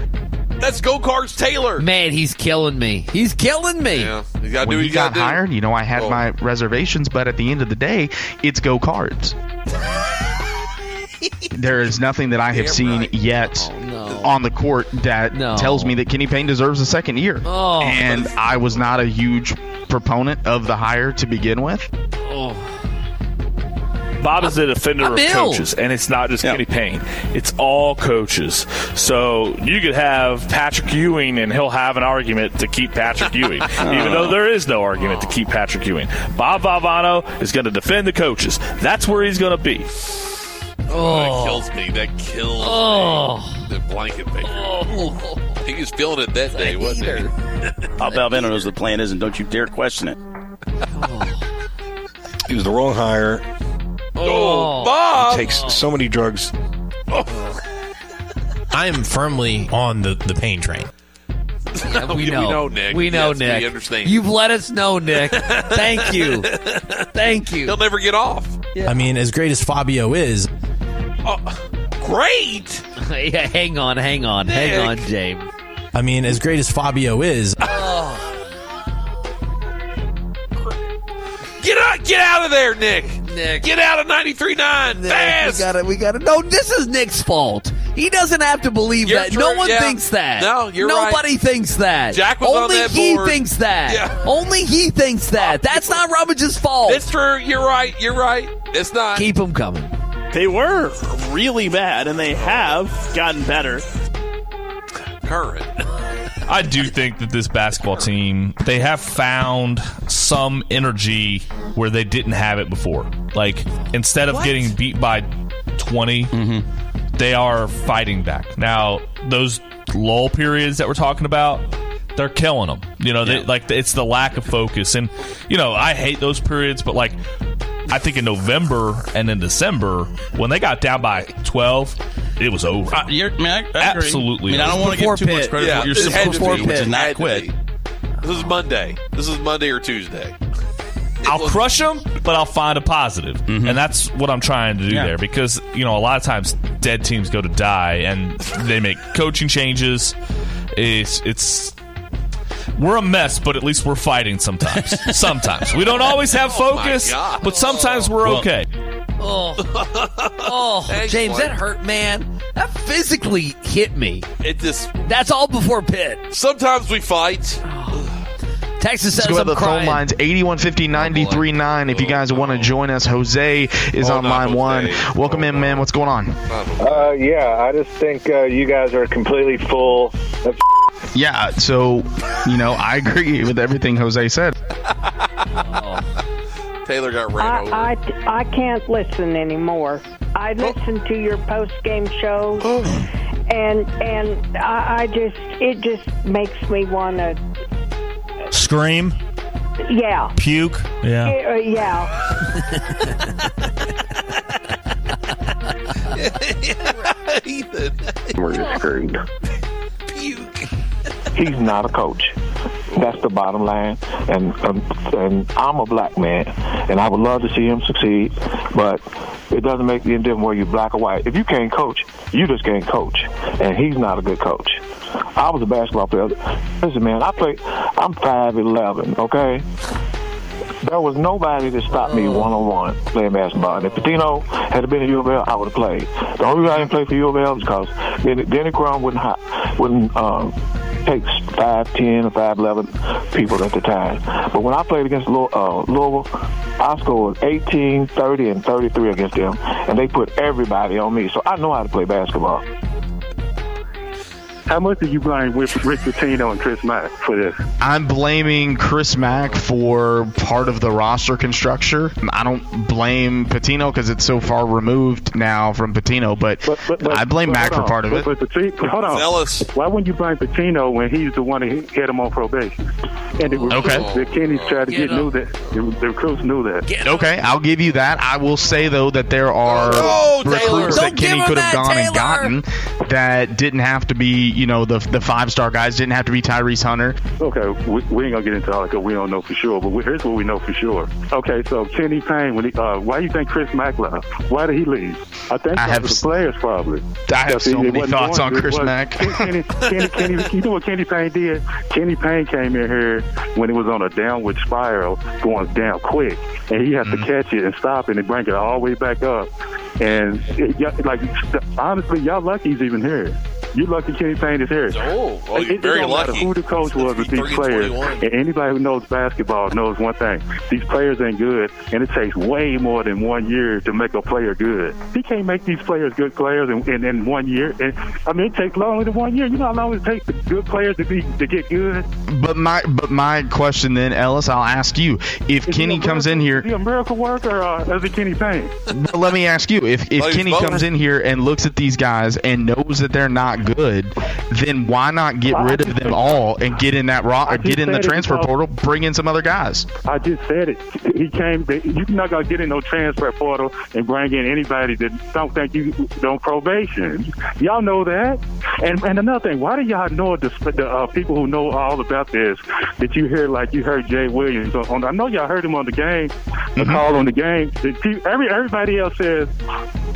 Speaker 5: That's Go Cards Taylor.
Speaker 6: Man, he's killing me. He's killing me.
Speaker 5: Yeah.
Speaker 23: when he got hired, you know, I had
Speaker 5: Whoa.
Speaker 23: my reservations, but at the end of the day, it's go cards. there is nothing that I have seen yet
Speaker 6: Oh,
Speaker 23: on the court that tells me that Kenny Payne deserves a second year.
Speaker 6: Oh.
Speaker 23: And I was not a huge proponent of the hire to begin with.
Speaker 22: Oh. Bob is an
Speaker 13: Uh,
Speaker 22: offender I'm of ill. coaches, and it's not just Kenny Payne. It's all coaches. So you could have Patrick Ewing, and he'll have an argument to keep Patrick Ewing, even
Speaker 13: Oh.
Speaker 22: though there is no argument to keep Patrick Ewing. Bob Valvano is going to defend the coaches. That's where he's going to be.
Speaker 6: Oh.
Speaker 5: Oh, That kills me. That kills
Speaker 22: Oh.
Speaker 5: me. The blanket maker.
Speaker 6: Oh.
Speaker 5: He was feeling it that day, wasn't he?
Speaker 13: Al Valvano knows the plan is, and don't you dare question it.
Speaker 26: He was the wrong hire.
Speaker 5: Oh,
Speaker 26: He
Speaker 5: Bob.
Speaker 26: takes so many drugs.
Speaker 13: Oh.
Speaker 11: I am firmly on the, the pain train.
Speaker 6: Yeah, we,
Speaker 5: We
Speaker 6: know.
Speaker 5: know, Nick.
Speaker 6: We know,
Speaker 5: Yes, we
Speaker 6: Nick.
Speaker 5: understand.
Speaker 6: You've let us know, Nick. Thank you. Thank you.
Speaker 5: He'll never get off.
Speaker 11: I mean, as great as Fabio is,
Speaker 5: Great.
Speaker 6: yeah, hang on, hang on, hang on, James.
Speaker 11: I mean, as great as Fabio is,
Speaker 5: Get out! Get out of there, Nick.
Speaker 6: Nick.
Speaker 5: Get out of 93.9.
Speaker 6: Nick,
Speaker 5: Fast.
Speaker 6: We gotta, we gotta. No, this is Nick's fault. He doesn't have to believe
Speaker 5: You're
Speaker 6: that.
Speaker 5: true,
Speaker 6: No one
Speaker 5: yeah.
Speaker 6: thinks that.
Speaker 5: No, you're right.
Speaker 6: Nobody thinks that.
Speaker 5: Jack was on
Speaker 6: Only
Speaker 5: that
Speaker 6: he
Speaker 5: board.
Speaker 6: thinks that.
Speaker 5: Yeah.
Speaker 6: Only he thinks that. That's not Rummage's fault.
Speaker 5: It's true. You're right. You're right. It's not.
Speaker 6: Keep him coming.
Speaker 27: They were really bad, and they have gotten better.
Speaker 5: Current.
Speaker 9: I do think that this basketball team they have found some energy where they didn't have it before. Like instead of getting beat by 20, they are fighting back. Now those lull periods that we're talking about, they're killing them. You know, they, like it's the lack of focus, and you know I hate those periods, but like. I think in November and in December, when they got down by 12, it was over.
Speaker 25: I, Uh, you're, I mean, I, I agree.
Speaker 9: Absolutely.
Speaker 25: I mean, I don't want to
Speaker 9: Before
Speaker 25: give too much
Speaker 9: Pitt.
Speaker 25: credit
Speaker 5: Yeah,
Speaker 25: for what you're
Speaker 5: it had
Speaker 25: supposed to
Speaker 5: to be.
Speaker 25: do, which is
Speaker 5: Had
Speaker 25: not
Speaker 5: to
Speaker 25: quit.
Speaker 5: be. This is Monday. This is Monday or Tuesday.
Speaker 9: I'll crush them, but I'll find a positive. And that's what I'm trying to do Yeah. there because, you know, a lot of times dead teams go to die and they make coaching changes. It's, it's, we're a mess, but at least we're fighting sometimes. sometimes. We don't always have
Speaker 5: Oh, my
Speaker 9: focus,
Speaker 5: God.
Speaker 9: but sometimes we're
Speaker 6: Well-
Speaker 9: okay.
Speaker 6: Oh, oh, James, that hurt, man. That physically hit me.
Speaker 5: It just.
Speaker 6: That's all before Pitt. Oh.
Speaker 5: Sometimes we fight.
Speaker 6: Texas
Speaker 23: Let's
Speaker 6: says
Speaker 23: go to
Speaker 6: I'm
Speaker 23: the phone
Speaker 6: crying. Oh,
Speaker 23: lines 8150 939 if you guys want to join us. Jose is on line one. Welcome in, man. What's going on?
Speaker 20: Uh, yeah, I just think uh, you guys are completely full of
Speaker 23: Yeah, so, you know, I agree with everything Jose said.
Speaker 5: Taylor got ran over.
Speaker 4: I, I, I can't listen anymore. I listen to your post game shows, and and I, I just it just makes me want to
Speaker 11: scream,
Speaker 4: yeah
Speaker 11: puke. Yeah.
Speaker 4: Eh, uh, yeah. uh,
Speaker 5: Ethan.
Speaker 20: We're just screwed. He's not a coach. That's the bottom line. And, and and I'm a black man, and I would love to see him succeed, but it doesn't make any difference whether you're black or white. If you can't coach, you just can't coach. And he's not a good coach. I was a basketball player. Listen, man, I played. I'm five eleven. Okay. There was nobody that stopped me one on one playing basketball. And if Patino had been at U of L, I would have played. The only reason I didn't play for U of L is because Denny, Denny Crum wouldn't hi- wouldn't um, take five ten or five eleven people at the time. But when I played against Lou- uh, Louisville, I scored 18, 30, and 33 against them, and they put everybody on me. So I know how to play basketball.
Speaker 1: How much did you blame with Rick Pitino and Chris Mack for this?
Speaker 23: I'm blaming Chris Mack for part of the roster construction. I don't blame Patino because it's so far removed now from Patino, but, I blame
Speaker 1: But
Speaker 23: Mack
Speaker 1: hold
Speaker 23: for
Speaker 1: on.
Speaker 23: part of
Speaker 1: but,
Speaker 23: it.
Speaker 1: But Pati- but hold on. Why wouldn't you blame Patino when he's the one that had him on probation? And the recruits
Speaker 23: Okay.
Speaker 1: that Kenny's tried to
Speaker 23: Get
Speaker 1: get, knew
Speaker 23: up.
Speaker 1: that. The, the recruits knew that.
Speaker 23: Okay, I'll give you that. I will say though that there are
Speaker 1: Oh, No, Taylor.
Speaker 23: recruits
Speaker 1: Don't
Speaker 23: that
Speaker 1: give
Speaker 23: Kenny
Speaker 1: him
Speaker 23: could
Speaker 1: that,
Speaker 23: have gone and
Speaker 1: Taylor.
Speaker 23: gotten that didn't have to be, you know, the the five star guys didn't have to be Tyrese Hunter.
Speaker 1: Okay, we, we ain't gonna get into all that 'cause we don't know for sure. But we, here's what we know for sure. Okay, so Kenny Payne, when he, uh, why you think Chris Mack left? Why did he leave? I think I have the players probably.
Speaker 23: I have
Speaker 1: Because
Speaker 23: so
Speaker 1: it
Speaker 23: many
Speaker 1: wasn't
Speaker 23: thoughts
Speaker 1: going
Speaker 23: on
Speaker 1: good.
Speaker 23: Chris
Speaker 1: Well,
Speaker 23: Mack.
Speaker 1: Kenny, Kenny, Kenny, you know what Kenny Payne did? Kenny Payne came in here when it was on a downward spiral, going down quick, and he had
Speaker 23: Mm-hmm.
Speaker 1: to catch it and stop it and bring it all the way back up. And it, y'all- like honestly, y'all lucky he's even here. You lucky Kenny Payne is here.
Speaker 5: Oh, well,
Speaker 1: It-
Speaker 5: you're
Speaker 1: it
Speaker 5: very
Speaker 1: don't matter
Speaker 5: lucky.
Speaker 1: Who the coach was with these
Speaker 5: 30,
Speaker 1: players,
Speaker 5: 21.
Speaker 1: and anybody who knows basketball knows one thing: these players ain't good, and it takes way more than one year to make a player good. He can't make these players good players in, in, in one year. And I mean, it takes longer than one year. You know how long it takes for good players to be to get good.
Speaker 23: But my but my question then, Ellis, I'll ask you: If
Speaker 1: Is he
Speaker 23: Kenny
Speaker 1: a
Speaker 23: comes in
Speaker 1: miracle-
Speaker 23: here,
Speaker 1: Is he a miracle worker or is it Kenny Payne?
Speaker 23: But let me ask you: If if
Speaker 1: Oh, he's
Speaker 23: Kenny
Speaker 1: both.
Speaker 23: comes in here and looks at these guys and knows that they're not good, then why not get rid of them all and get in that raw, or
Speaker 1: just
Speaker 23: get in the
Speaker 1: said it,
Speaker 23: transfer
Speaker 1: bro.
Speaker 23: portal, bring in some other guys?
Speaker 1: I just said it. He came. You're not gonna get in no transfer portal and bring in anybody that don't think you don't probation. Y'all know that. And and another thing, why do y'all know the, the uh, people who know all about this that you hear like you heard Jay Williams on? on I know y'all heard him on the game, the call on the game. That pe- Every everybody else says,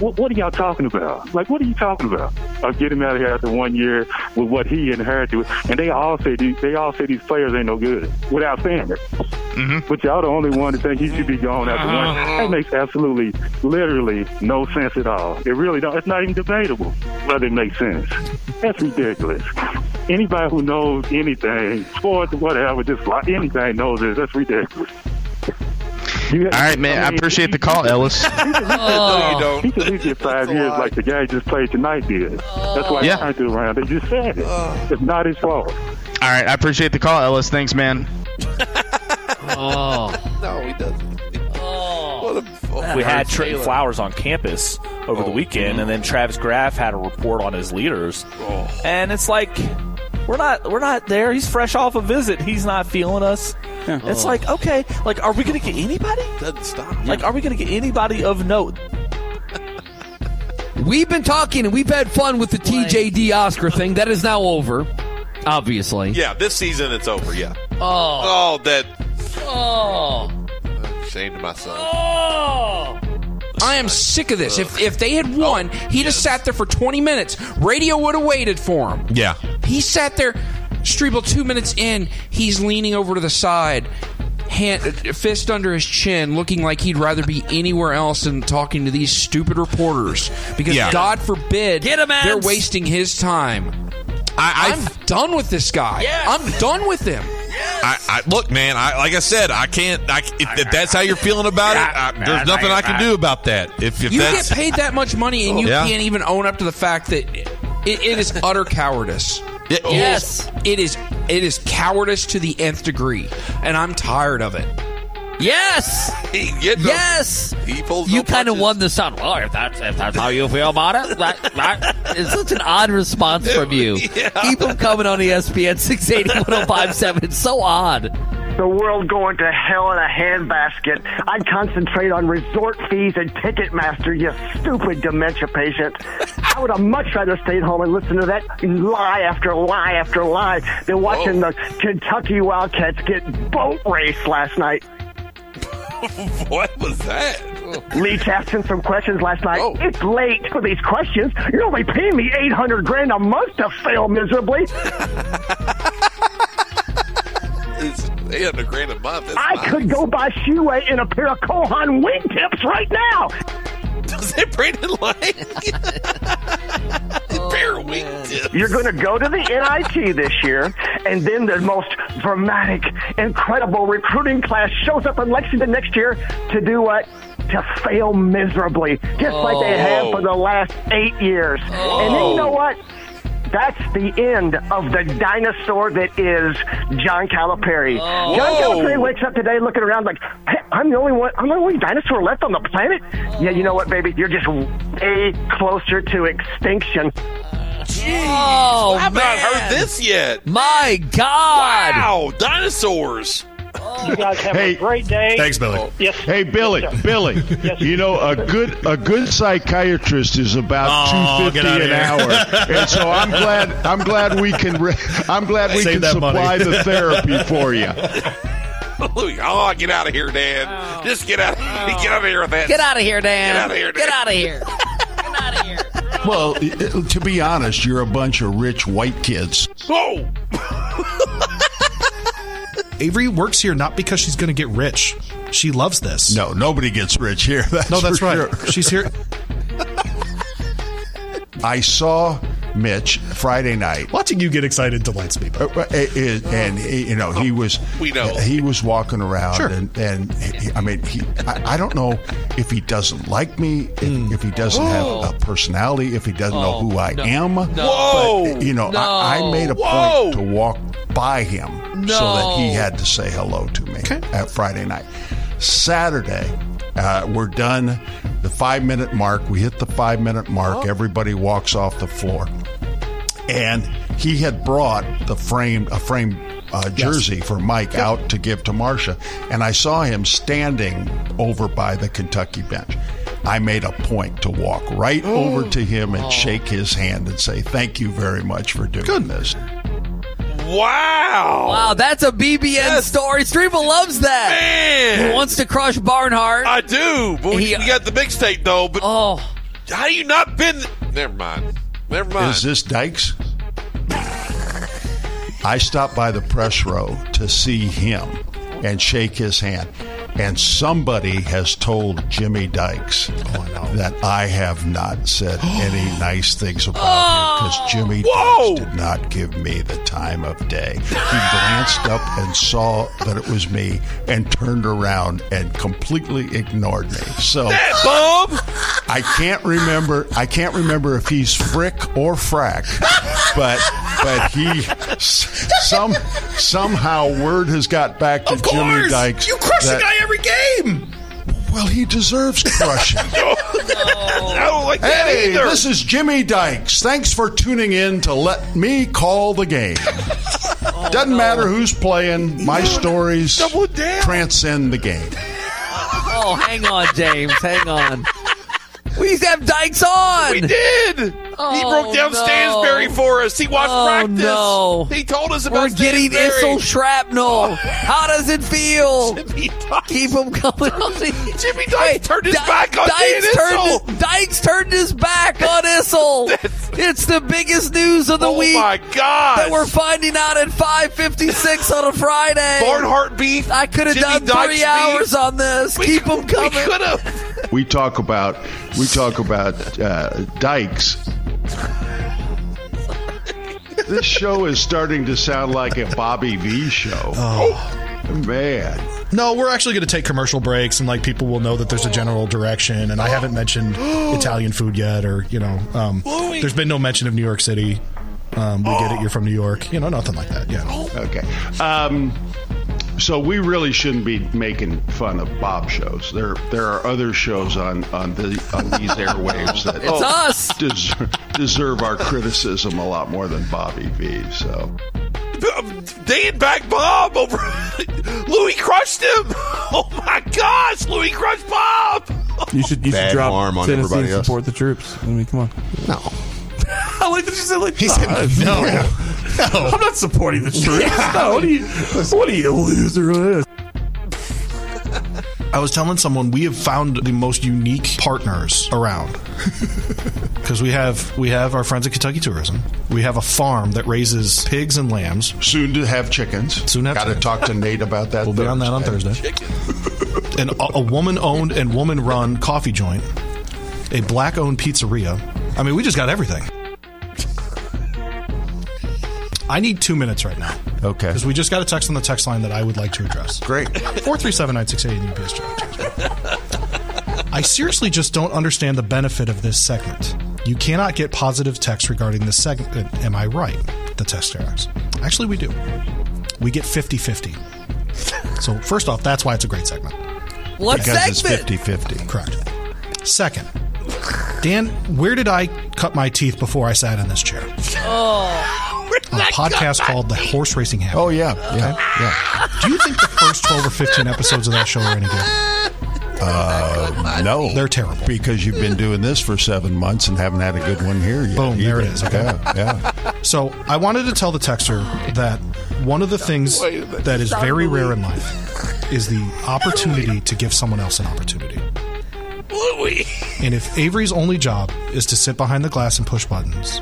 Speaker 1: what, what are y'all talking about? Like, what are you talking about? Or get him out of here after one year with what he inherited. And they all say these, they all say these players ain't no good without saying it. But y'all the only one to think he should be gone after one. That makes absolutely, literally no sense at all. It really don't. It's not even debatable whether it makes sense. That's ridiculous. Anybody who knows anything, sports, whatever, just like anything knows this. That's ridiculous. All
Speaker 23: right, man. I, appreciate the call, Ellis.
Speaker 1: No, you don't. He could leave you five years like the guy just played tonight did. That's why
Speaker 23: Yeah.
Speaker 1: he turned it around. They just said it. It's not his fault.
Speaker 23: All right, I appreciate the call, Ellis. Thanks, man.
Speaker 6: Oh.
Speaker 5: No, he doesn't. Oh, what a, oh,
Speaker 9: we had Trey
Speaker 5: Taylor.
Speaker 9: Flowers on campus over the weekend, and then Travis Graff had a report on his leaders,
Speaker 5: Oh.
Speaker 9: and it's like we're not we're not there. He's fresh off a visit. He's not feeling us. It's
Speaker 5: Oh.
Speaker 9: like okay, like are we going to get anybody?
Speaker 5: Doesn't stop.
Speaker 9: Like are we going to get anybody of note?
Speaker 6: We've been talking and we've had fun with the TJD Oscar thing. That is now over, obviously.
Speaker 5: Yeah, this season it's over. Yeah.
Speaker 6: Oh.
Speaker 5: Oh, that.
Speaker 6: Oh.
Speaker 5: Ashamed of myself.
Speaker 7: I am sick of this. If, if they had won, he'd have sat there for 20 minutes. Radio would have waited for him.
Speaker 28: Yeah.
Speaker 7: He sat there, Strebel, two minutes in, he's leaning over to the side, hand, fist under his chin, looking like he'd rather be anywhere else than talking to these stupid reporters. Because
Speaker 28: Yeah.
Speaker 7: God forbid they're
Speaker 28: Ants.
Speaker 7: wasting his time. I, am done with this guy. I'm done with him.
Speaker 28: I, I look, man. I like I said, I can't. I, if, if that's how you're feeling about it, I, there's nothing I can do about that. If, if
Speaker 7: you
Speaker 28: that's
Speaker 7: get paid that much money and you
Speaker 28: Yeah.
Speaker 7: can't even own up to the fact that it, it is utter cowardice.
Speaker 28: It is-
Speaker 7: yes, it is. It is cowardice to the nth degree, and I'm tired of it.
Speaker 6: Yes. yes. you kind of won this on. Well, if that's if that's how you feel about it, that, that is such an odd response from you. Keep them coming on E ESPN 680 1057. It's so odd.
Speaker 29: The world going to hell in a handbasket. I'd concentrate on resort fees and Ticketmaster, you stupid dementia patient. I would have much rather stayed home and listened to that lie after lie after lie than watching the Kentucky Wildcats get boat raced last night.
Speaker 5: what was that?
Speaker 29: Leach asking some questions last night. It's late for these questions. You're only paying me 800 grand a month to fail miserably.
Speaker 5: 800 grand a month. That's
Speaker 29: I
Speaker 5: nice.
Speaker 29: could go buy Shuei in a pair of Kohan wingtips right now.
Speaker 5: Does it Brandon like? Bare wingtips.
Speaker 29: You're going to go to the NIT this year, and then the most dramatic, incredible recruiting class shows up in Lexington next year to do what? To fail miserably, just like they have
Speaker 22: Oh.
Speaker 29: for the last eight years. And then you know what? That's the end of the dinosaur that is John Calipari. John
Speaker 22: Whoa.
Speaker 29: Calipari wakes up today looking around like, hey, I'm the only one, I'm the only dinosaur left on the planet. Yeah, you know what, baby? You're just way closer to extinction.
Speaker 6: Oh,
Speaker 5: I have not heard this yet.
Speaker 6: My God.
Speaker 5: Wow, dinosaurs.
Speaker 8: You guys have
Speaker 15: Hey.
Speaker 8: a great day. Oh, Yes.
Speaker 15: Hey, Billy, Billy. You know, a good a good psychiatrist is about two
Speaker 30: Oh, get
Speaker 15: fifty
Speaker 30: outta
Speaker 15: an
Speaker 30: here.
Speaker 15: hour, and so I'm glad I'm glad we can re- I'm glad we
Speaker 5: Save
Speaker 15: can
Speaker 5: that
Speaker 15: supply
Speaker 5: money.
Speaker 15: the therapy for you.
Speaker 5: oh, get out of here, Dan. Just get out. Get out of here with that.
Speaker 6: Oh. Get out of here, Dan.
Speaker 5: Get out of here, Dan.
Speaker 6: Get out of here.
Speaker 30: Well, i- i- to be honest, you're a bunch of rich white kids.
Speaker 5: Whoa!
Speaker 10: Avery works here not because she's going to get rich. She loves this.
Speaker 30: No, nobody gets rich here. That's
Speaker 10: no, that's
Speaker 30: for
Speaker 10: right.
Speaker 30: sure.
Speaker 10: She's here.
Speaker 30: I saw Mitch Friday night. Uh,
Speaker 10: Watching you get excited delights me.
Speaker 30: and he- you know he was
Speaker 5: we know
Speaker 30: he was walking around
Speaker 10: Sure.
Speaker 30: and and he, I mean he I, I don't know if he doesn't like me if,
Speaker 10: Hmm.
Speaker 30: if he doesn't
Speaker 22: Oh.
Speaker 30: have a personality if he doesn't know who I am.
Speaker 22: Whoa.
Speaker 30: But, you know I, I
Speaker 22: No.
Speaker 30: made a
Speaker 22: Whoa.
Speaker 30: point to walk by him so that he
Speaker 22: No.
Speaker 30: had to say hello to me at Friday night. Saturday. Uh, we're done the five minute mark. We hit the five minute mark.
Speaker 22: Oh.
Speaker 30: Everybody walks off the floor and he had brought the frame a frame uh, jersey for Mike out to give to Marcia, and I saw him standing over by the Kentucky bench. I made a point to walk right
Speaker 22: Oh.
Speaker 30: over to him and shake his hand and say, "Thank you very much for doing this."
Speaker 5: Wow.
Speaker 6: Wow, that's a BBN story. Streamer loves that.
Speaker 5: Man.
Speaker 6: He wants to crush Barnhart.
Speaker 5: I do, but we, we got the mixtape though. But
Speaker 6: oh,
Speaker 5: how you not been? Never mind. Never mind.
Speaker 30: Is this Dykes? I stopped by the press row to see him and shake his hand. And somebody has told Jimmy
Speaker 5: Oh,
Speaker 30: Dykes that I have not said any nice things about
Speaker 5: Oh!
Speaker 30: him because Jimmy Dykes did not give me the time of day. He glanced up and saw that it was me and turned around and completely ignored me. So.
Speaker 5: Bob.
Speaker 30: I can't remember. I can't remember if he's Frick or Frack, but but he s- some somehow word has got back to Jimmy Dykes.
Speaker 22: You crush the
Speaker 30: that-
Speaker 22: guy every game.
Speaker 30: Well, he deserves crushing.
Speaker 5: I don't like that
Speaker 30: hey,
Speaker 5: either.
Speaker 30: this is Jimmy Dykes. Thanks for tuning in to let me call the game. Doesn't matter who's playing. My stories transcend the game.
Speaker 6: oh, hang on, James. hang on. We used to have Dykes on. Oh,
Speaker 5: We did. he broke down
Speaker 6: no.
Speaker 5: Stansberry for us. He watched
Speaker 6: Oh,
Speaker 5: practice.
Speaker 6: no.
Speaker 5: He told us
Speaker 6: We're
Speaker 5: about
Speaker 6: getting
Speaker 5: Stansberry.
Speaker 6: Issel shrapnel. How does it feel? Keep him coming. on. Jimmy Dykes turned his
Speaker 22: back on Dan
Speaker 6: Dykes
Speaker 22: Issel.
Speaker 6: turned, his, Dykes turned his back on Issel. it's the biggest news of the
Speaker 5: Oh,
Speaker 6: week.
Speaker 22: my gosh.
Speaker 6: That we're finding out at 5:56 on a Friday.
Speaker 5: Barnhart beef.
Speaker 6: I could have
Speaker 22: Jimmy
Speaker 6: done
Speaker 22: Dykes
Speaker 6: three
Speaker 22: beef.
Speaker 6: hours on this. Keep him coming.
Speaker 30: We talk about we talk about uh, dykes. This show is starting to sound like a Bobby V show. Oh man!
Speaker 10: No, we're actually going to take commercial breaks, and like people will know that there's a general direction. And I haven't mentioned Italian food yet, or you know, um, there's been no mention of New York City. Um, we get it, you're from New York, you know, nothing like that. Yeah.
Speaker 30: Okay. Um, so we really shouldn't be making fun of Bob shows. There there are other shows on on, the, on these airwaves that
Speaker 22: It's us.
Speaker 30: deserve, deserve our criticism a lot more than Bobby V. So.
Speaker 5: um, Dan back Bob over. Louis crushed him. Oh my gosh, Louis crushed Bob.
Speaker 17: You should you
Speaker 14: Bad
Speaker 17: should drop
Speaker 14: harm on
Speaker 17: Tennessee
Speaker 14: everybody
Speaker 17: and
Speaker 14: else.
Speaker 17: support the troops. I mean, come on.
Speaker 14: No.
Speaker 17: I like that you said like
Speaker 14: He said,
Speaker 17: no. I'm not supporting the troops. No, what are you? What are you a loser?
Speaker 10: I was telling someone we have found the most unique partners around because we have we have our friends at Kentucky Tourism. We have a farm that raises pigs and lambs.
Speaker 30: Soon to have chickens.
Speaker 10: Soon
Speaker 30: Got to talk to Nate about that.
Speaker 10: We'll be on that on Thursday. An, a, a woman-owned and woman-run coffee joint, a black-owned pizzeria. I mean, we just got everything. I need two minutes right now.
Speaker 30: Okay.
Speaker 10: Because we just got a text on the text line that I would like to address. Great. 437 I seriously just don't understand the benefit of this segment. You cannot get positive text regarding this segment. Am I right? The text asks. Actually, we do. We get 50 50. So, first off, that's why it's a great segment.
Speaker 6: What
Speaker 30: Because
Speaker 6: segment?
Speaker 30: it's 50-50.
Speaker 10: Correct. Second, Dan, where did I cut my teeth before I sat in this chair?
Speaker 17: Oh.
Speaker 10: on a podcast called The Horse Racing Habit. Oh
Speaker 30: yeah, yeah,
Speaker 10: yeah. Do you think the first twelve or fifteen episodes of that show are any good?
Speaker 30: Uh, no,
Speaker 10: they're terrible
Speaker 30: because you've been doing this for seven months and haven't had a good one here yet.
Speaker 10: Boom, there it is, okay.
Speaker 30: Yeah, yeah.
Speaker 10: So I wanted to tell the texter that one of the things that is very rare in life is the opportunity to give someone else an opportunity.
Speaker 5: Louie.
Speaker 10: And if Avery's only job is to sit behind the glass and push buttons,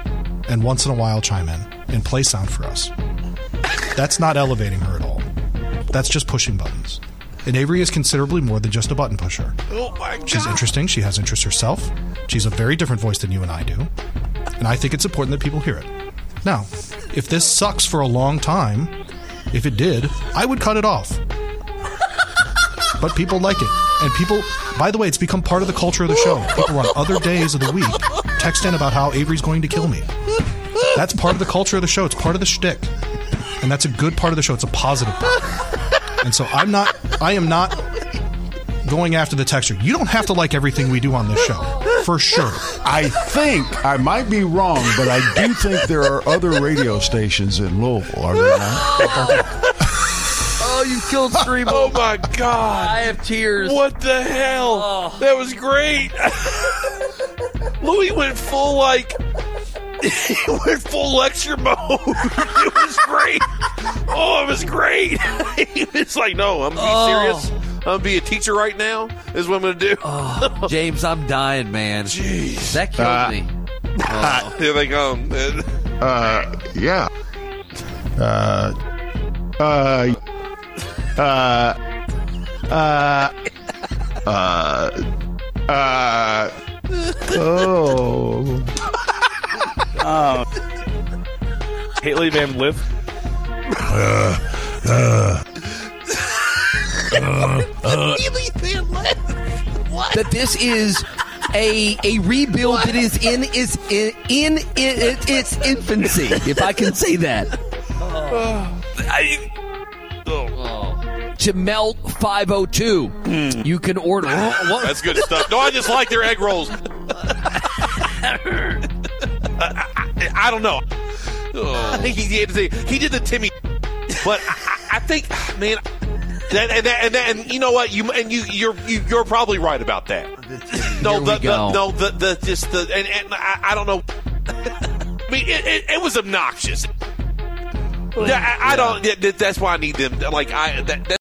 Speaker 10: and once in a while chime in and play sound for us, that's not elevating her at all. That's just pushing buttons. And Avery is considerably more than just a button pusher.
Speaker 5: Oh my god.
Speaker 10: She's interesting. She has interests herself. She's a very different voice than you and I do. And I think it's important that people hear it. Now, if this sucks for a long time, if it did, I would cut it off. But people like it. And people, by the way, it's become part of the culture of the show. People on other days of the week text in about how Avery's going to kill me. That's part of the culture of the show. It's part of the shtick. And that's a good part of the show. It's a positive part. And so I'm not, I am not going after the texture. You don't have to like everything we do on this show, for sure.
Speaker 30: I think I might be wrong, but I do think there are other radio stations in Louisville, are there not?
Speaker 6: Oh, you killed Streamo. oh
Speaker 5: my god.
Speaker 6: I have tears. Oh.
Speaker 5: What the hell? That was great. Louis went full like he went full lecture mode. it was great. Oh, it was great. he was like, no, I'm gonna be
Speaker 6: Oh.
Speaker 5: serious. I'm gonna be a teacher right now. Is what I'm gonna do.
Speaker 6: James, I'm dying, man. Jeez. That killed
Speaker 5: Uh,
Speaker 6: me.
Speaker 5: Here they come.
Speaker 30: Uh, yeah. Uh, uh, uh, uh, uh, uh, oh.
Speaker 9: Haley Van Live.
Speaker 30: Uh, uh, uh, uh.
Speaker 6: That this is a a rebuild that is in is in in, in its infancy, if I can say that. Oh.
Speaker 5: I,
Speaker 6: To melt 502, you can order. What?
Speaker 5: That's good stuff. No, I just like their egg rolls. I, I- I don't know. He, he did the, he did the Timmy, but I, I think, man, that, and, that, and, that, and you know what? You and you you're you, you're probably right about that. No,
Speaker 6: Here we
Speaker 5: the, the
Speaker 6: go.
Speaker 5: no the the just the and, and I, I don't know. I mean, it, it, it was obnoxious. Yeah, I, I don't. that- that- that's why I need them. Like I that. that